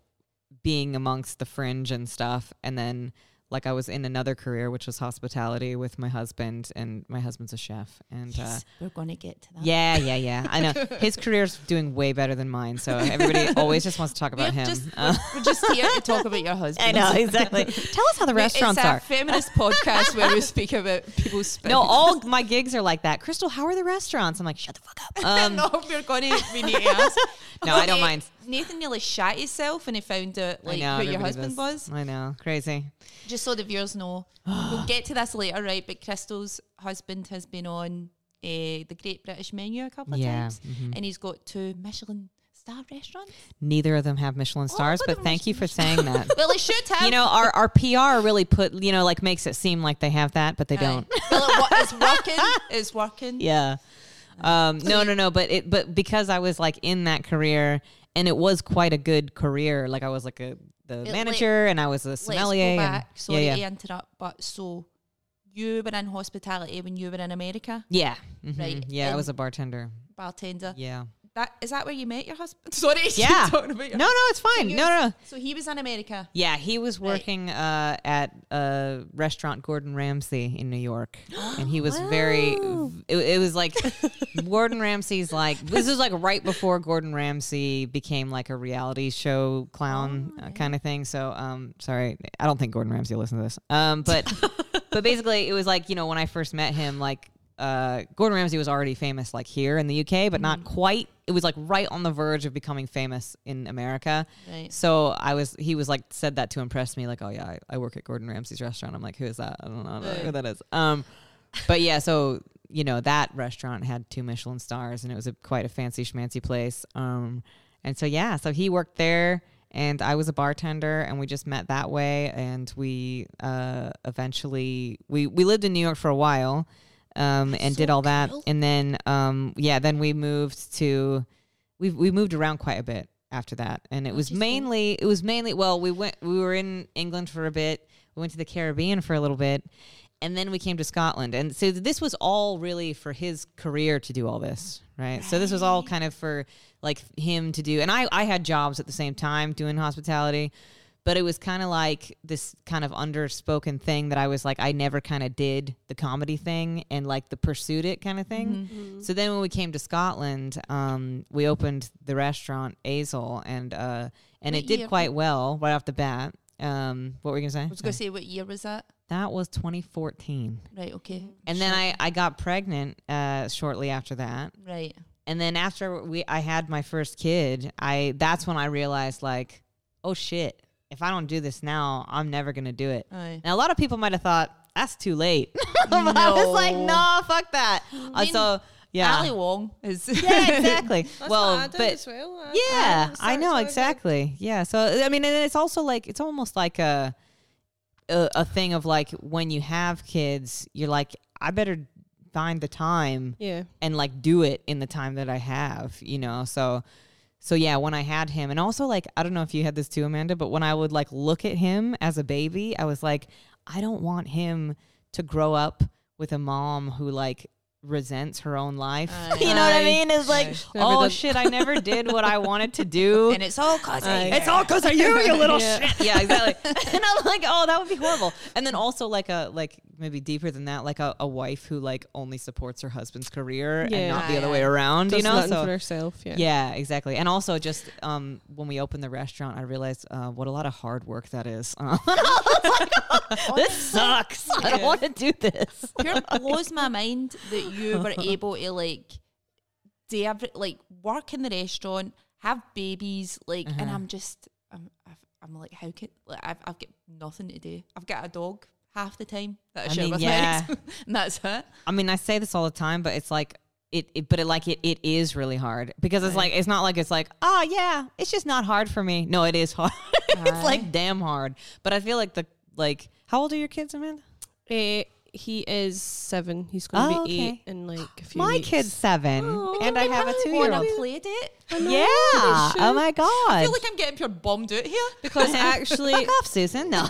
S3: being amongst the fringe and stuff and then like I was in another career which was hospitality with my husband and my husband's a chef and uh
S1: We're gonna get to that.
S3: yeah yeah yeah I know his career's doing way better than mine so everybody always just wants to talk
S1: We're
S3: about him
S1: just,
S3: Uh,
S1: we're, we're just here to talk about your husband.
S3: I know exactly tell us how the
S1: We-
S3: restaurants
S1: it's a
S3: are
S1: feminist podcast where we speak about people's spin.
S3: no all my gigs are like that Crystal how are the restaurants I'm like shut the fuck up um
S1: no, we're going to we need to ask.
S3: No, I don't mind.
S1: Nathan nearly shat himself when he found out like
S3: I know
S1: who your
S3: everybody
S1: husband
S3: does.
S1: was.
S3: I know crazy
S1: Just so the viewers know, we'll get to this later, right? But Crystal's husband has been on uh, the Great British Menu a couple of
S3: Yeah, mm-hmm.
S1: times, and he's got two Michelin star restaurants.
S3: neither of them have Michelin stars
S1: look at
S3: Oh, but
S1: the
S3: thank you for saying that
S1: Well, he should have.
S3: you know our, our PR really put you know like makes it seem like they have that but they
S1: Aye.
S3: don't
S1: well, it, wa- it's working. It's working.
S3: yeah um no no no but it but because I was like in that career and it was quite a good career like I was like a the
S1: let-
S3: manager and I was a
S1: Let's
S3: sommelier
S1: go
S3: and-
S1: back. Sorry
S3: yeah
S1: to
S3: yeah
S1: interrupt, but so you were in hospitality when you were in America,
S3: yeah Mhm.
S1: Right,
S3: yeah I was
S1: and-
S3: a bartender
S1: bartender.
S3: yeah
S1: That is that where you met your husband? Sorry, I keep
S3: Yeah.
S1: talking about your-
S3: no no it's fine
S1: you-
S3: no no
S1: So he was in America.
S3: yeah he was
S1: Right.
S3: working uh at a restaurant Gordon Ramsay in New York and he was very it, it was like Gordon Ramsay's like this is like right before Gordon Ramsay became like a reality show clown uh, kind of thing. So um sorry, I don't think Gordon Ramsay listened to this. Um but but basically it was like, you know, when I first met him like uh Gordon Ramsay was already famous like here in the UK, but not quite. It was like right on the verge of becoming famous in America.
S1: Right.
S3: So I was he was like said that to impress me like, "Oh yeah, I, I work at Gordon Ramsay's restaurant." I'm like, "Who is that?" I don't know who that is. Um but yeah, so you know that restaurant had two Michelin stars, and it was a quite a fancy schmancy place. Um, and so yeah, so he worked there, and I was a bartender, and we just met that way, and we uh, eventually we we lived in New York for a while, um, and did all that, and then um, yeah, then we moved to we we moved around quite a bit after that, and it was mainly it was mainly well we went we were in England for a bit, we went to the Caribbean for a little bit, and then we came to Scotland, and so this was all really for his career to do all this, right? So this was all kind of for like him to do, and I I had jobs at the same time doing hospitality, but it was kind of like this kind of underspoken thing that I was like, I never kind of did the comedy thing and like the pursued it kind of
S1: Mm-hmm.
S3: thing.
S2: Mm-hmm.
S3: So then when we came to Scotland, um, we opened the restaurant Azel and uh, and
S1: What
S3: it did
S1: year?
S3: quite well right off the bat. Um, what were you gonna
S1: I
S3: say?
S1: was going to say, what year was that?
S3: that was 2014,
S1: Right, okay.
S3: and then I I got pregnant uh, shortly after that,
S1: Right.
S3: and then after we I had my first kid, I that's when I realized like, oh shit, if I don't do this now, I'm never gonna do it.
S1: Aye.
S3: Now a lot of people might have thought that's too late. but I was like,
S1: No.
S3: nah, fuck that. Uh, so yeah,
S1: Ali Wong is.
S3: yeah, exactly. well, but
S2: well.
S3: yeah, I know exactly. Yeah, so I mean, and it's also like it's almost like a, a a thing of like when you have kids, you're like, I better find the time
S2: Yeah.
S3: and like do it in the time that I have, you know. So so yeah, when I had him and also like I don't know if you had this too Amanda, but when I would like look at him as a baby, I was like I don't want him to grow up with a mom who like resents her own life.
S1: Aye.
S3: you know what I
S2: Aye.
S3: mean? It's like,
S2: Never
S3: oh
S2: done-
S3: shit, I never did what I wanted to do.
S1: and it's all cause
S2: Aye.
S1: I.
S3: It's all because of you, you little
S2: Yeah.
S3: shit. Yeah, exactly. and I'm like, oh, that would be horrible. And then also like a like maybe deeper than that, like a, a wife who like only supports her husband's career and
S2: Yeah.
S3: not the
S1: Yeah,
S3: other
S1: yeah.
S3: way around.
S2: Does
S3: you know,
S2: nothing
S3: so
S2: for herself. Yeah.
S3: yeah, exactly. And also just um when we opened the restaurant, I realized uh, what a lot of hard work that is. And I was like, this sucks. I don't
S2: Yeah.
S3: want to do this.
S1: Pure blows my mind that you were able to like, do every, like work in the restaurant, have babies, like, and
S3: Mm-hmm.
S1: I'm just, I'm, I've, I'm like, how could like, I've, I've got nothing to do. I've got a dog half the time that I,
S3: I
S1: share
S3: mean,
S1: with
S3: yeah.
S1: my ex, and that's it.
S3: I mean, I say this all the time, but it's like it, it but it like it, it is really hard because it's like it's not like it's like oh yeah, it's just not hard for me. No, it is hard.
S1: Aye.
S3: it's like damn hard. But I feel like the like how old are your kids, Amanda?
S2: Eh, he is seven. He's going to
S3: Oh,
S2: be
S3: okay.
S2: eight in like a few
S3: My
S2: weeks.
S3: kid's seven,
S2: Oh,
S3: and I have a two year
S1: On
S3: old.
S1: a play date.
S3: Yeah. Oh my god.
S1: I feel like I'm getting pure bombed out here.
S2: Because actually,
S3: Fuck off, Susan. No.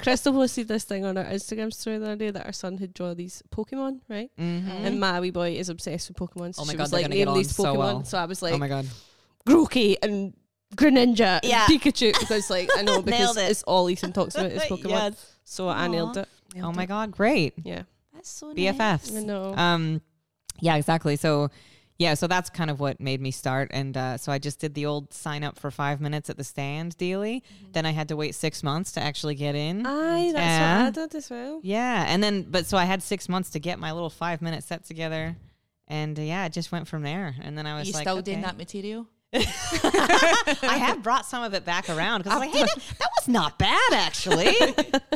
S2: Crystal posted this thing on her Instagram story the other day that her son had drawn these Pokemon, right?
S3: Mm-hmm.
S2: And my wee boy is obsessed with Pokemon. So
S3: Oh my
S2: she
S3: God,
S2: was
S3: they're
S2: like,
S3: gonna get
S2: name these
S3: on
S2: Pokemon.
S3: so
S2: So,
S3: well. Oh
S2: I was like,
S3: god.
S2: Grookey and Greninja and
S3: Yeah.
S2: Pikachu. Because like, I know because
S3: it.
S2: it's all Ethan talks about is Pokemon.
S3: Yes.
S2: So I nailed it.
S3: Oh
S2: Nailed
S3: my
S2: it.
S3: god. Great.
S2: Yeah.
S1: That's so
S3: BFFs.
S2: I know.
S3: Um, yeah, exactly. So, yeah, so that's kind of what made me start. And uh, so I just did the old sign up for five minutes at the stand daily.
S1: Mm-hmm.
S3: Then I had to wait six months to actually get in.
S1: Oh.
S2: Aye,
S3: that's
S2: that's what I did as well.
S3: yeah, and then but so I had six months to get my little five minute set together. And uh, yeah, it just went from there. And then I
S1: Are
S3: was
S1: you
S3: like,
S1: still doing
S3: okay.
S1: that material?
S3: I have brought some of it back around because I was like, hey, that, that was not bad actually.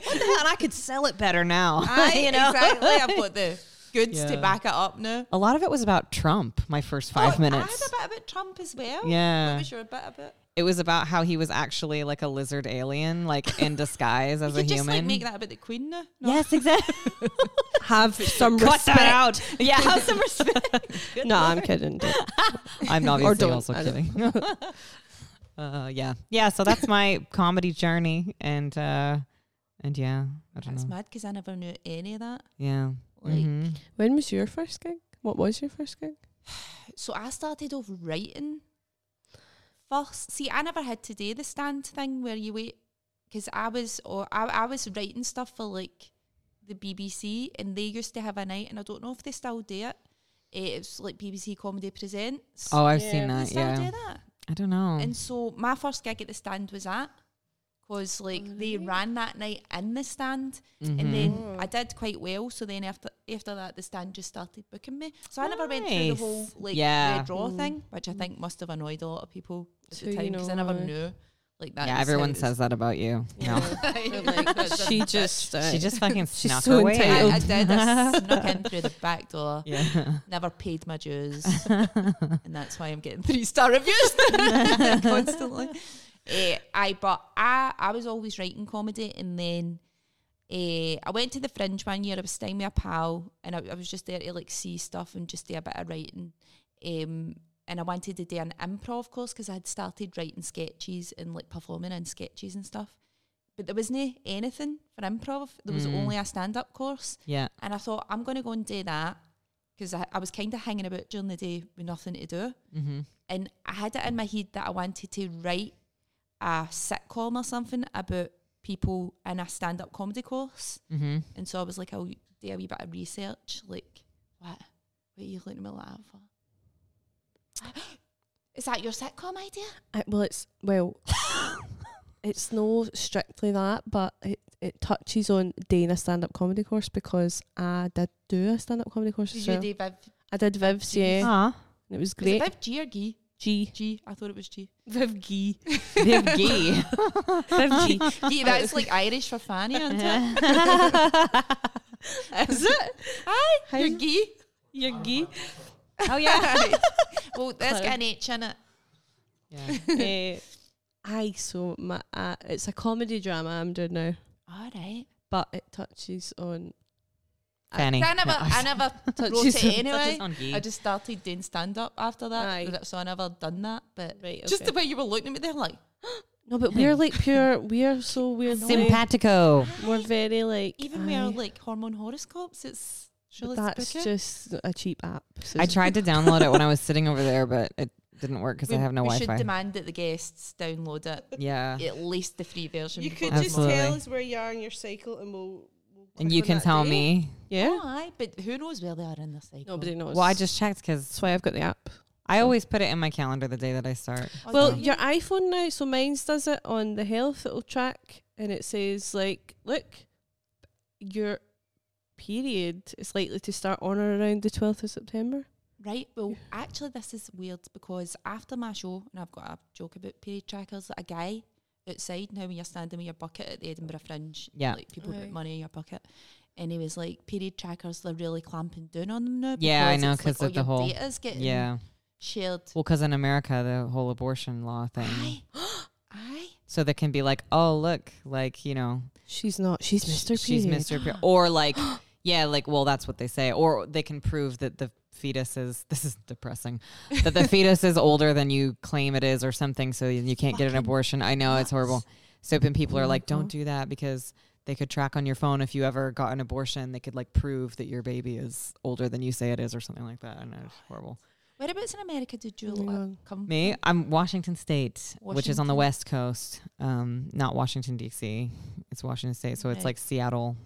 S3: What the hell? And I could sell it better now. you know?
S1: exactly. I've got the goods to
S3: Yeah.
S1: back it up now.
S3: A lot of it was about Trump, my first five
S1: Oh,
S3: minutes.
S1: I had a bit about Trump as well.
S3: Yeah.
S1: What was your bit about?
S3: It was about how he was actually like a lizard alien, like in disguise as
S1: You
S3: a
S1: just
S3: human.
S1: like make that about the Queen now. No.
S3: Yes, exactly.
S2: Have some
S3: Cut
S2: respect.
S3: that out. Yeah, have some respect.
S2: No, I'm kidding. Don't.
S3: I'm obviously
S2: don't.
S3: also
S2: I don't.
S3: kidding. uh, yeah, yeah. So that's my comedy journey, and uh, and yeah, I don't
S1: That's
S3: know.
S1: mad because I never knew any of that.
S3: yeah.
S1: Like,
S3: Mhm.
S2: When was your first gig? What was your first gig?
S1: so I started off writing first. See, I never had to do the stand thing where you wait because I was or I, I was writing stuff for like the BBC and they used to have a night and I don't know if they still do it. Eh, It's like BBC Comedy Presents.
S3: Oh, I've
S2: Yeah.
S3: seen
S1: They
S3: that.
S1: still
S3: Yeah,
S1: do that.
S3: I don't know.
S1: And so my first gig at the stand was that because like they ran that night in the stand,
S3: Mm-hmm.
S1: and
S2: Oh.
S1: then I did quite well. So then after after that, the stand just started booking me. So I never went through the
S3: Nice.
S1: whole like
S3: Yeah.
S1: red raw
S2: Mm.
S1: thing, which I think must have annoyed a lot of people at
S2: So
S1: the
S2: you
S1: time because I never
S2: know.
S1: knew. Like that.
S3: yeah, everyone says that about you. No.
S2: she just. Uh,
S3: She just fucking
S2: She's
S3: snuck
S2: so
S3: her way
S1: I,
S2: entitled.
S3: out.
S1: I did. I snuck in through the back door.
S3: Yeah.
S1: Never paid my dues, and that's why I'm getting three star reviews constantly. Eh, I but I I was always writing comedy, and then eh, I went to the Fringe one year. I was staying with a pal, and I, I was just there to like see stuff and just do a bit of writing. Um, and I wanted to do an improv course because I had started writing sketches and like performing in sketches and stuff. But there was no anything for improv. There was
S3: Mm.
S1: only a stand up course.
S3: Yeah.
S1: And I thought, I'm going to go and do that because I, I was kind of hanging about during the day with nothing to do.
S3: Mm-hmm.
S1: And I had it in my head that I wanted to write a sitcom or something about people in a stand up comedy course.
S3: Mm-hmm.
S1: And so I was like, I'll do a wee bit of research. Like, what? What are you looking at me like that for? Is that your sitcom idea?
S2: I, well, it's well, it's no strictly that, but it it touches on doing a stand up comedy course because I did do a stand up comedy course. as
S1: Did
S2: well.
S1: you do Viv?
S2: I did Viv's,
S1: Jeez.
S2: yeah,
S3: Aw.
S2: and it was
S1: Was it
S2: great.
S1: Viv G or G?
S2: G
S1: G. I thought it was G.
S2: Viv G
S3: Viv Gee.
S2: Viv G.
S1: G. That's like Irish for Fanny, isn't it?
S2: Is it?
S1: Aye.
S2: How
S1: You're
S2: is it?
S1: G.
S2: Your G.
S1: Oh yeah. well, that's got an H in it.
S3: yeah.
S2: Eh, Aye, so my uh, it's a comedy drama I'm doing now,
S1: All right.
S2: but it touches on
S3: Fanny.
S1: I never, I never wrote
S2: Touches
S1: it
S2: on-
S1: anyway.
S3: on Gee.
S1: I just started doing stand up after that,
S2: Aye.
S1: so I never done that. But
S2: right.
S1: just the way you were looking at me there, like
S2: no, but we're like pure. We're so weird.
S3: Simpatico.
S2: We're very like
S1: even where
S2: aye,
S1: like hormone horoscopes, it's
S2: but
S1: surely
S2: that's just a cheap app. So
S3: I tried to download it when I was sitting over there, but it didn't work because I have no
S1: we
S3: Wi-Fi.
S1: should demand that the guests download it,
S3: yeah,
S1: at least the free version.
S4: You
S1: before
S4: could
S1: they
S4: just
S1: go.
S3: Absolutely.
S4: tell us where you are in your cycle, and we'll. we'll
S3: and
S4: click
S3: you
S4: on
S3: can
S4: that
S3: tell
S4: date.
S3: me.
S2: yeah.
S1: Oh, aye, but who knows where they are in the cycle?
S2: Nobody knows.
S3: Well, I just checked because
S2: that's why I've got the app.
S3: I always put it in my calendar the day that I start.
S1: Oh,
S2: Well,
S1: do you?
S2: your iPhone now, so mine's does it on the health. It'll track and it says like, look, your period is likely to start on or around the twelfth of September.
S1: Right. Well, actually, this is weird because after my show, and I've got a joke about period trackers, a guy outside now when you're standing with your bucket at the Edinburgh Fringe,
S3: Yeah.
S1: like people put
S2: Aye.
S1: money in your bucket. And he was like, period trackers, they're really clamping down on them now.
S3: Yeah, I know,
S1: it's
S3: 'cause
S1: all
S3: of the
S1: your
S3: whole-
S1: data's getting
S3: Yeah,
S1: shared.
S3: well, because in America the whole abortion law thing,
S1: Aye. Aye.
S3: so they can be like, oh look, like you know,
S2: She's not. She's
S3: sh-
S2: Mr.
S3: she's
S2: Period.
S3: Mr. Period, or like, yeah, like well, that's what they say, or they can prove that the fetus is this is depressing that the fetus is older than you claim it is or something so you you can't get an
S1: Fucking
S3: abortion i know it's horrible
S1: nuts. Mm-hmm.
S3: so when people are like don't
S2: Mhm.
S3: do that because they could track on your phone if you ever got an abortion they could like prove that your baby is older than you say it is or something like that i know it's horrible
S1: Whereabouts in America did you
S2: Hang
S1: lo-
S4: uh,
S2: on.
S1: come
S3: me
S1: from?
S3: i'm washington state which is on
S1: Washington.
S3: the west coast um not washington dc it's washington state so it's
S1: Right.
S3: like seattle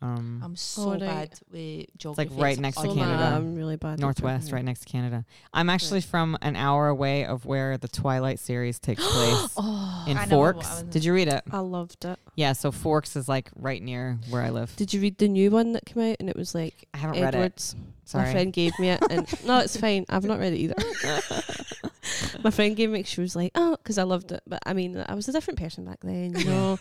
S3: um
S1: I'm so
S2: Alright.
S1: bad with geography.
S3: right next to
S2: So
S1: unreal.
S3: Canada.
S2: bad, I'm really bad. at
S3: Northwest,
S1: Yeah.
S3: right next to Canada. I'm actually from an hour away of where the Twilight series takes place
S2: it. Oh,
S3: in
S1: I know what I
S3: Forks.
S1: was-
S3: Did you read it?
S2: I loved it.
S3: Yeah, so Forks is like right near where I live.
S2: Did you read the new one that came out? And it was like
S3: I haven't read it.
S2: Edwards. My
S3: Sorry.
S2: friend gave me it, and no, it's fine. I've not read it either. My friend gave me. it, She was like, "Oh," because I loved it. But I mean, I was a different person back then, you know.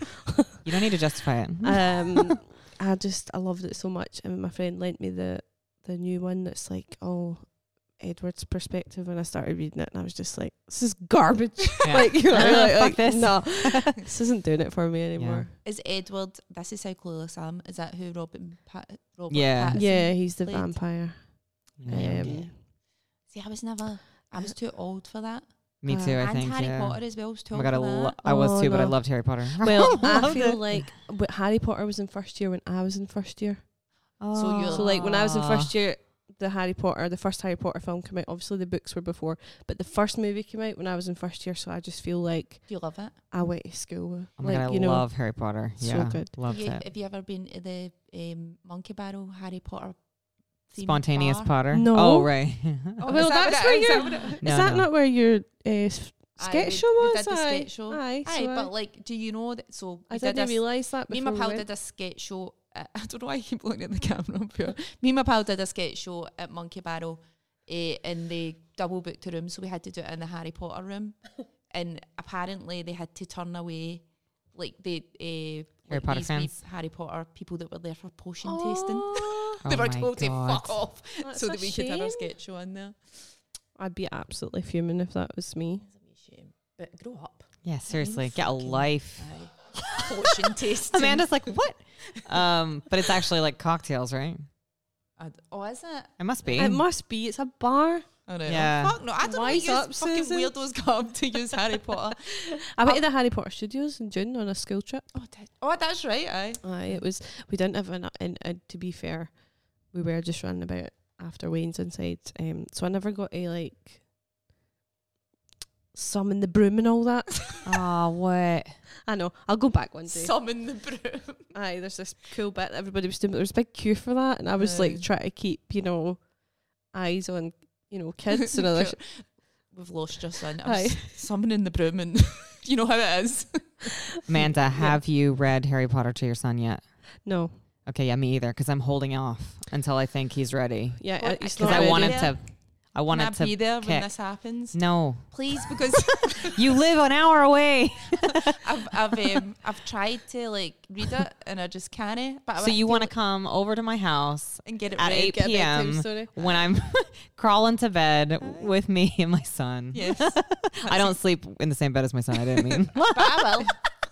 S3: You don't need to justify it.
S2: um, I just I loved it so much, and my friend lent me the the new one that's like all Edward's perspective, and I started reading it, and I was just like, "This is garbage."
S3: Yeah.
S2: like, you know,
S3: Uh,
S2: like,
S3: fuck
S2: like,
S3: this.
S2: No, this isn't doing it for me anymore.
S1: Is Edward, this is how clueless I am, is that who Robin, Pat, Robert
S3: Yeah.
S1: Pattinson
S2: Yeah, he's the
S1: played?
S2: vampire.
S3: Yeah.
S1: Yeah.
S2: Um,
S1: See, I was never. I was too old for that.
S3: Me
S2: uh,
S3: too, Uh, I
S1: and
S3: think.
S1: Harry
S3: yeah.
S1: Potter as well. I was too
S3: Oh my
S1: old
S3: god, I,
S1: for
S3: lo-
S1: that.
S3: I was
S2: Oh,
S3: too, but I
S2: no.
S3: loved Harry Potter.
S2: Well, I
S3: Loved
S2: feel
S3: it.
S2: like but Harry Potter was in first year when I was in first year.
S1: So you're-
S2: So like when I was in
S3: Ah.
S2: first year, the Harry Potter, the first Harry Potter film came out. Obviously the books were before, but the first movie came out when I was in first year. So I just feel like
S1: Do you love it?
S2: I went to school. with-
S3: Oh my
S2: like
S3: god, I
S2: you know,
S3: love Harry Potter.
S2: so
S3: Yeah.
S2: good.
S3: Loved
S1: you,
S3: it.
S1: Have you ever been to the um, Monkey Barrel Harry Potter? themed
S3: Spontaneous
S1: bar?
S3: Potter.
S2: No.
S3: Oh right.
S1: Oh,
S2: Well,
S1: is that
S2: that's
S1: what
S2: where
S1: it is? Is that
S2: you're-
S1: what it-
S2: is
S3: No,
S2: that
S3: no.
S2: not where your uh, s-
S1: Aye,
S2: sketch
S1: we-
S2: show
S1: we
S2: was?
S1: did the
S2: aye.
S1: sketch show.
S2: Aye, so
S1: Aye,
S2: I-
S1: but like, do you know that? So
S2: I
S1: we did
S2: didn't
S1: this-
S2: realise that.
S1: Me and
S2: before
S1: my pal
S2: we went.
S1: did a sketch show. At, I don't know why I keep looking at the camera. I'm pure. Me and my pal did a sketch show at e, Monkey Barrel, eh, and they double booked a room, so we had to do it in the Harry Potter room. and apparently, they had to turn away like the eh,
S3: Harry
S1: like
S3: Potter
S1: these wee
S3: fans?
S1: Harry Potter people that were there for potion tasting.
S2: Oh,
S1: they
S3: Oh
S1: were
S3: my
S1: told to
S3: God.
S1: fuck off
S2: that's
S1: so
S2: a
S1: that we could have our
S2: shame.
S1: sketch show in there.
S2: I'd be absolutely fuming if that was me.
S1: It's a wee shame, but grow up.
S3: Yeah, seriously. Get a
S1: fucking-
S3: life.
S1: Aye. potion tasting.
S3: Amanda's like, what? um, but it's actually like cocktails, right?
S1: I'd- Oh, is it?
S3: It must be.
S2: It must be. It's a bar.
S1: I don't
S3: Yeah.
S1: know. Fuck no. I don't
S2: Wise
S1: know. You
S2: up,
S1: fucking
S2: Susan.
S1: weirdos come to use Harry Potter.
S2: I went to the Harry Potter studios in June on a school trip.
S1: Oh, that- oh, that's right. Aye.
S2: Aye, it was. We didn't have an. And, and to be fair, we were just running about after Wayne's inside. Um, so I never got a like summon the broom and all that.
S3: Ah, what?
S2: I know. I'll go back one day.
S1: Summon the broom.
S2: Aye, there's this cool bit that everybody was doing, but there was a big queue for that, and I was
S1: Aye.
S2: like trying to keep, you know, eyes on, you know, kids and other.
S1: Cool.
S2: Sh-
S1: We've lost your son.
S2: Aye.
S1: I'm s- summoning the broom, and you know how it is.
S3: Amanda, have you read Harry Potter to your son yet?
S2: no,
S3: Okay, yeah, me either, because I'm holding off until I think he's ready.
S2: yeah,
S1: Well,
S2: I- it's
S1: I-
S2: not
S3: Because I
S2: ready.
S3: want him
S1: Yeah.
S3: to. I want
S1: Can
S3: him
S1: I be
S3: to.
S1: there when
S3: kick.
S1: this happens?
S3: No,
S1: Please, because
S3: you live an hour away.
S1: I've I've um, I've tried to like read it and I just can't. But I
S3: So you
S1: feel
S3: want to
S1: it
S3: come over to my house
S1: and get it
S3: at
S1: read.
S3: 8
S2: Get a bedtime
S3: p.m.
S2: story.
S3: when I'm crawling to bed with me and my son.
S1: Yes, but
S3: I don't sleep in the same bed as my son. I didn't mean.
S1: I will.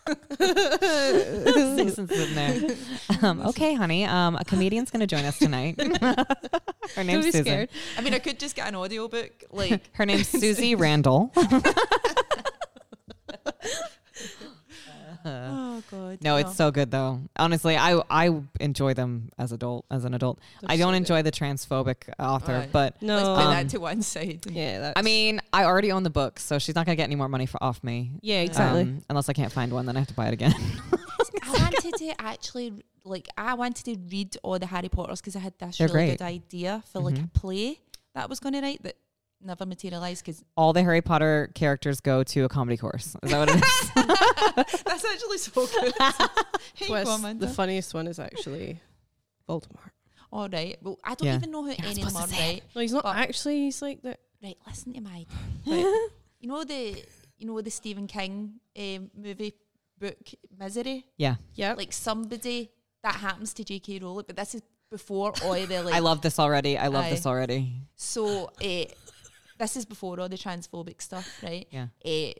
S3: Susan's in there. Um, okay, honey. Um, a comedian's going to join us tonight. Her
S2: Don't
S3: name's
S2: be
S3: Susan.
S2: scared.
S1: I mean, I could just get an audiobook. Like
S3: Her name's Susie Randall.
S1: oh god,
S3: No, it's so good though. Honestly, I I enjoy them as adult as an adult. I don't enjoy the transphobic author,
S1: Alright.
S3: but
S2: No,
S1: Let's put
S3: Um,
S1: that to one side.
S2: yeah, that's,
S3: I mean, I already own the book, so she's not gonna get any more money for off me.
S2: yeah, exactly.
S3: Um, unless I can't find one, then I have to buy it again.
S1: I wanted to actually like I wanted to read all the Harry Potters because I had this
S3: They're
S1: really
S3: great.
S1: good idea for like a
S3: Mhm.
S1: play that I was going to write that never materialized because
S3: All the Harry Potter characters go to a comedy course. Is that what it is?
S1: that's actually so good. hey,
S2: Plus,
S1: Amanda.
S2: the funniest one is actually Voldemort.
S1: all right. Well, I don't
S3: Yeah.
S1: even know who any of them are. Right,
S2: No, he's not
S1: But-
S2: actually. He's like the
S1: right. Listen to my. Right. you know the you know the Stephen King um, movie book Misery.
S3: yeah,
S2: yeah.
S1: Like somebody that happens to J.K. Rowling, but this is before all the like.
S3: I love this already. I love
S1: Aye.
S3: this already.
S1: So uh, this is before all the transphobic stuff, right?
S3: Yeah.
S1: Eh,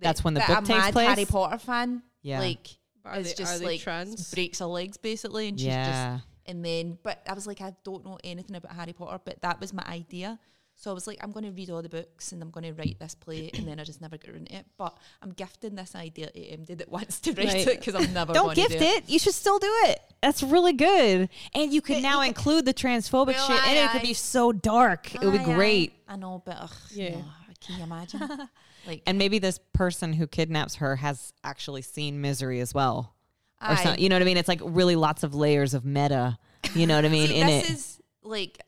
S3: That's when the
S1: that
S3: book
S1: a
S3: takes
S1: mad
S3: place?
S1: Harry Potter fan,
S3: Yeah,
S1: like,
S2: are
S1: is
S2: they,
S1: just
S2: are they
S1: like
S2: trans?
S1: breaks her legs basically, and she's
S3: yeah.
S1: just and then. But I was like, I don't know anything about Harry Potter, but that was my idea. So I was like, I'm going to read all the books and I'm going to write this play, and then I just never got around to it. But I'm gifting this idea to MD that wants to write
S2: Right.
S1: it because I'm never
S3: Don't
S1: gonna do
S3: gift it. You should still do it. That's really good. And you could now include the transphobic
S1: Well,
S3: shit in it. It
S1: aye,
S3: could
S1: aye.
S3: be so dark. it would be
S1: Aye, aye.
S3: great.
S1: I know, but ugh,
S2: Yeah.
S1: no, can you imagine? like,
S3: And maybe this person who kidnaps her has actually seen misery as well. Or
S1: aye.
S3: some, you know what I mean? It's like really lots of layers of meta. You know what I mean?
S1: See,
S3: in
S1: this
S3: it.
S1: is like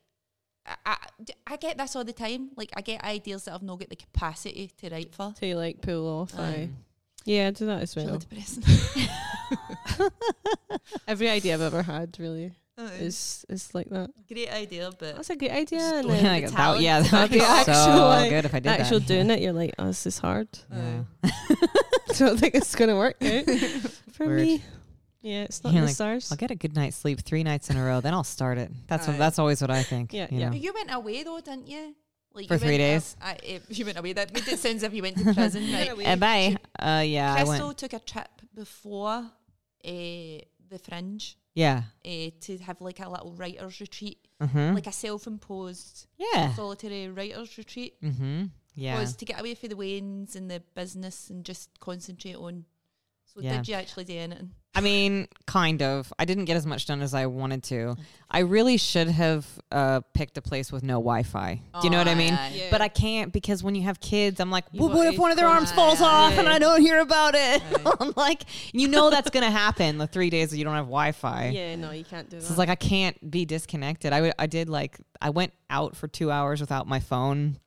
S1: I, I- d- I get this all the time. Like I get ideas that I've not got the capacity to write for.
S2: To like pull off.
S3: Um,
S1: Aye.
S2: aye. Yeah, I do that
S1: It's
S2: as
S1: really
S2: well.
S1: depressing.
S2: Every idea I've ever had really is is like that.
S1: Great idea, but
S2: That's a great idea.
S1: Just
S2: And
S1: go-
S2: then
S1: Yeah,
S3: Like,
S1: the
S3: that-
S1: talent.
S3: yeah, that would
S2: That'd
S3: be
S2: be
S3: so
S2: actual-
S3: good if I did
S2: actual
S3: that.
S2: doing it, you're like, oh, this is hard.
S3: Yeah.
S2: I don't think it's gonna work out for
S3: Weird.
S2: me. Yeah, it's not
S3: You're
S2: the
S3: like,
S2: stars.
S3: I'll get a good night's sleep three nights in a row, then I'll start it. That's what,
S1: Aye.
S3: that's always what I think.
S2: Yeah,
S3: you
S2: yeah.
S3: know?
S1: you went away though, didn't you? Like
S3: For
S1: you
S3: three
S1: went,
S3: days.
S1: I, eh, you went away. That made it sounds if you went to prison. right?
S3: Uh, bye. Uh, yeah, I
S1: Crystal
S3: went.
S1: took a trip before uh, the Fringe
S3: Yeah.
S1: uh, to have like a little writers retreat,
S3: Mm-hmm.
S1: like a self-imposed
S3: yeah.
S1: solitary writers retreat.
S3: Mm-hmm. Yeah.
S1: was to get away from the wains and the business and just concentrate on. So
S3: Yeah.
S1: did you actually do anything?
S3: I mean, kind of. I didn't get as much done as I wanted to. I really should have uh, picked a place with no Wi-Fi. Do you know what I mean?
S2: Yeah.
S3: But I can't because when you have kids, I'm like,
S2: You
S3: what,
S2: want
S3: what if
S2: these
S3: one of their arms
S1: clothes.
S3: falls off and
S2: Yeah.
S3: I don't hear about it? I'm like, you know that's gonna happen. The three days that you don't have Wi-Fi.
S2: yeah, no, you can't do
S3: So
S2: that.
S3: it's like I can't be disconnected. I would- I did like I went out for two hours without my phone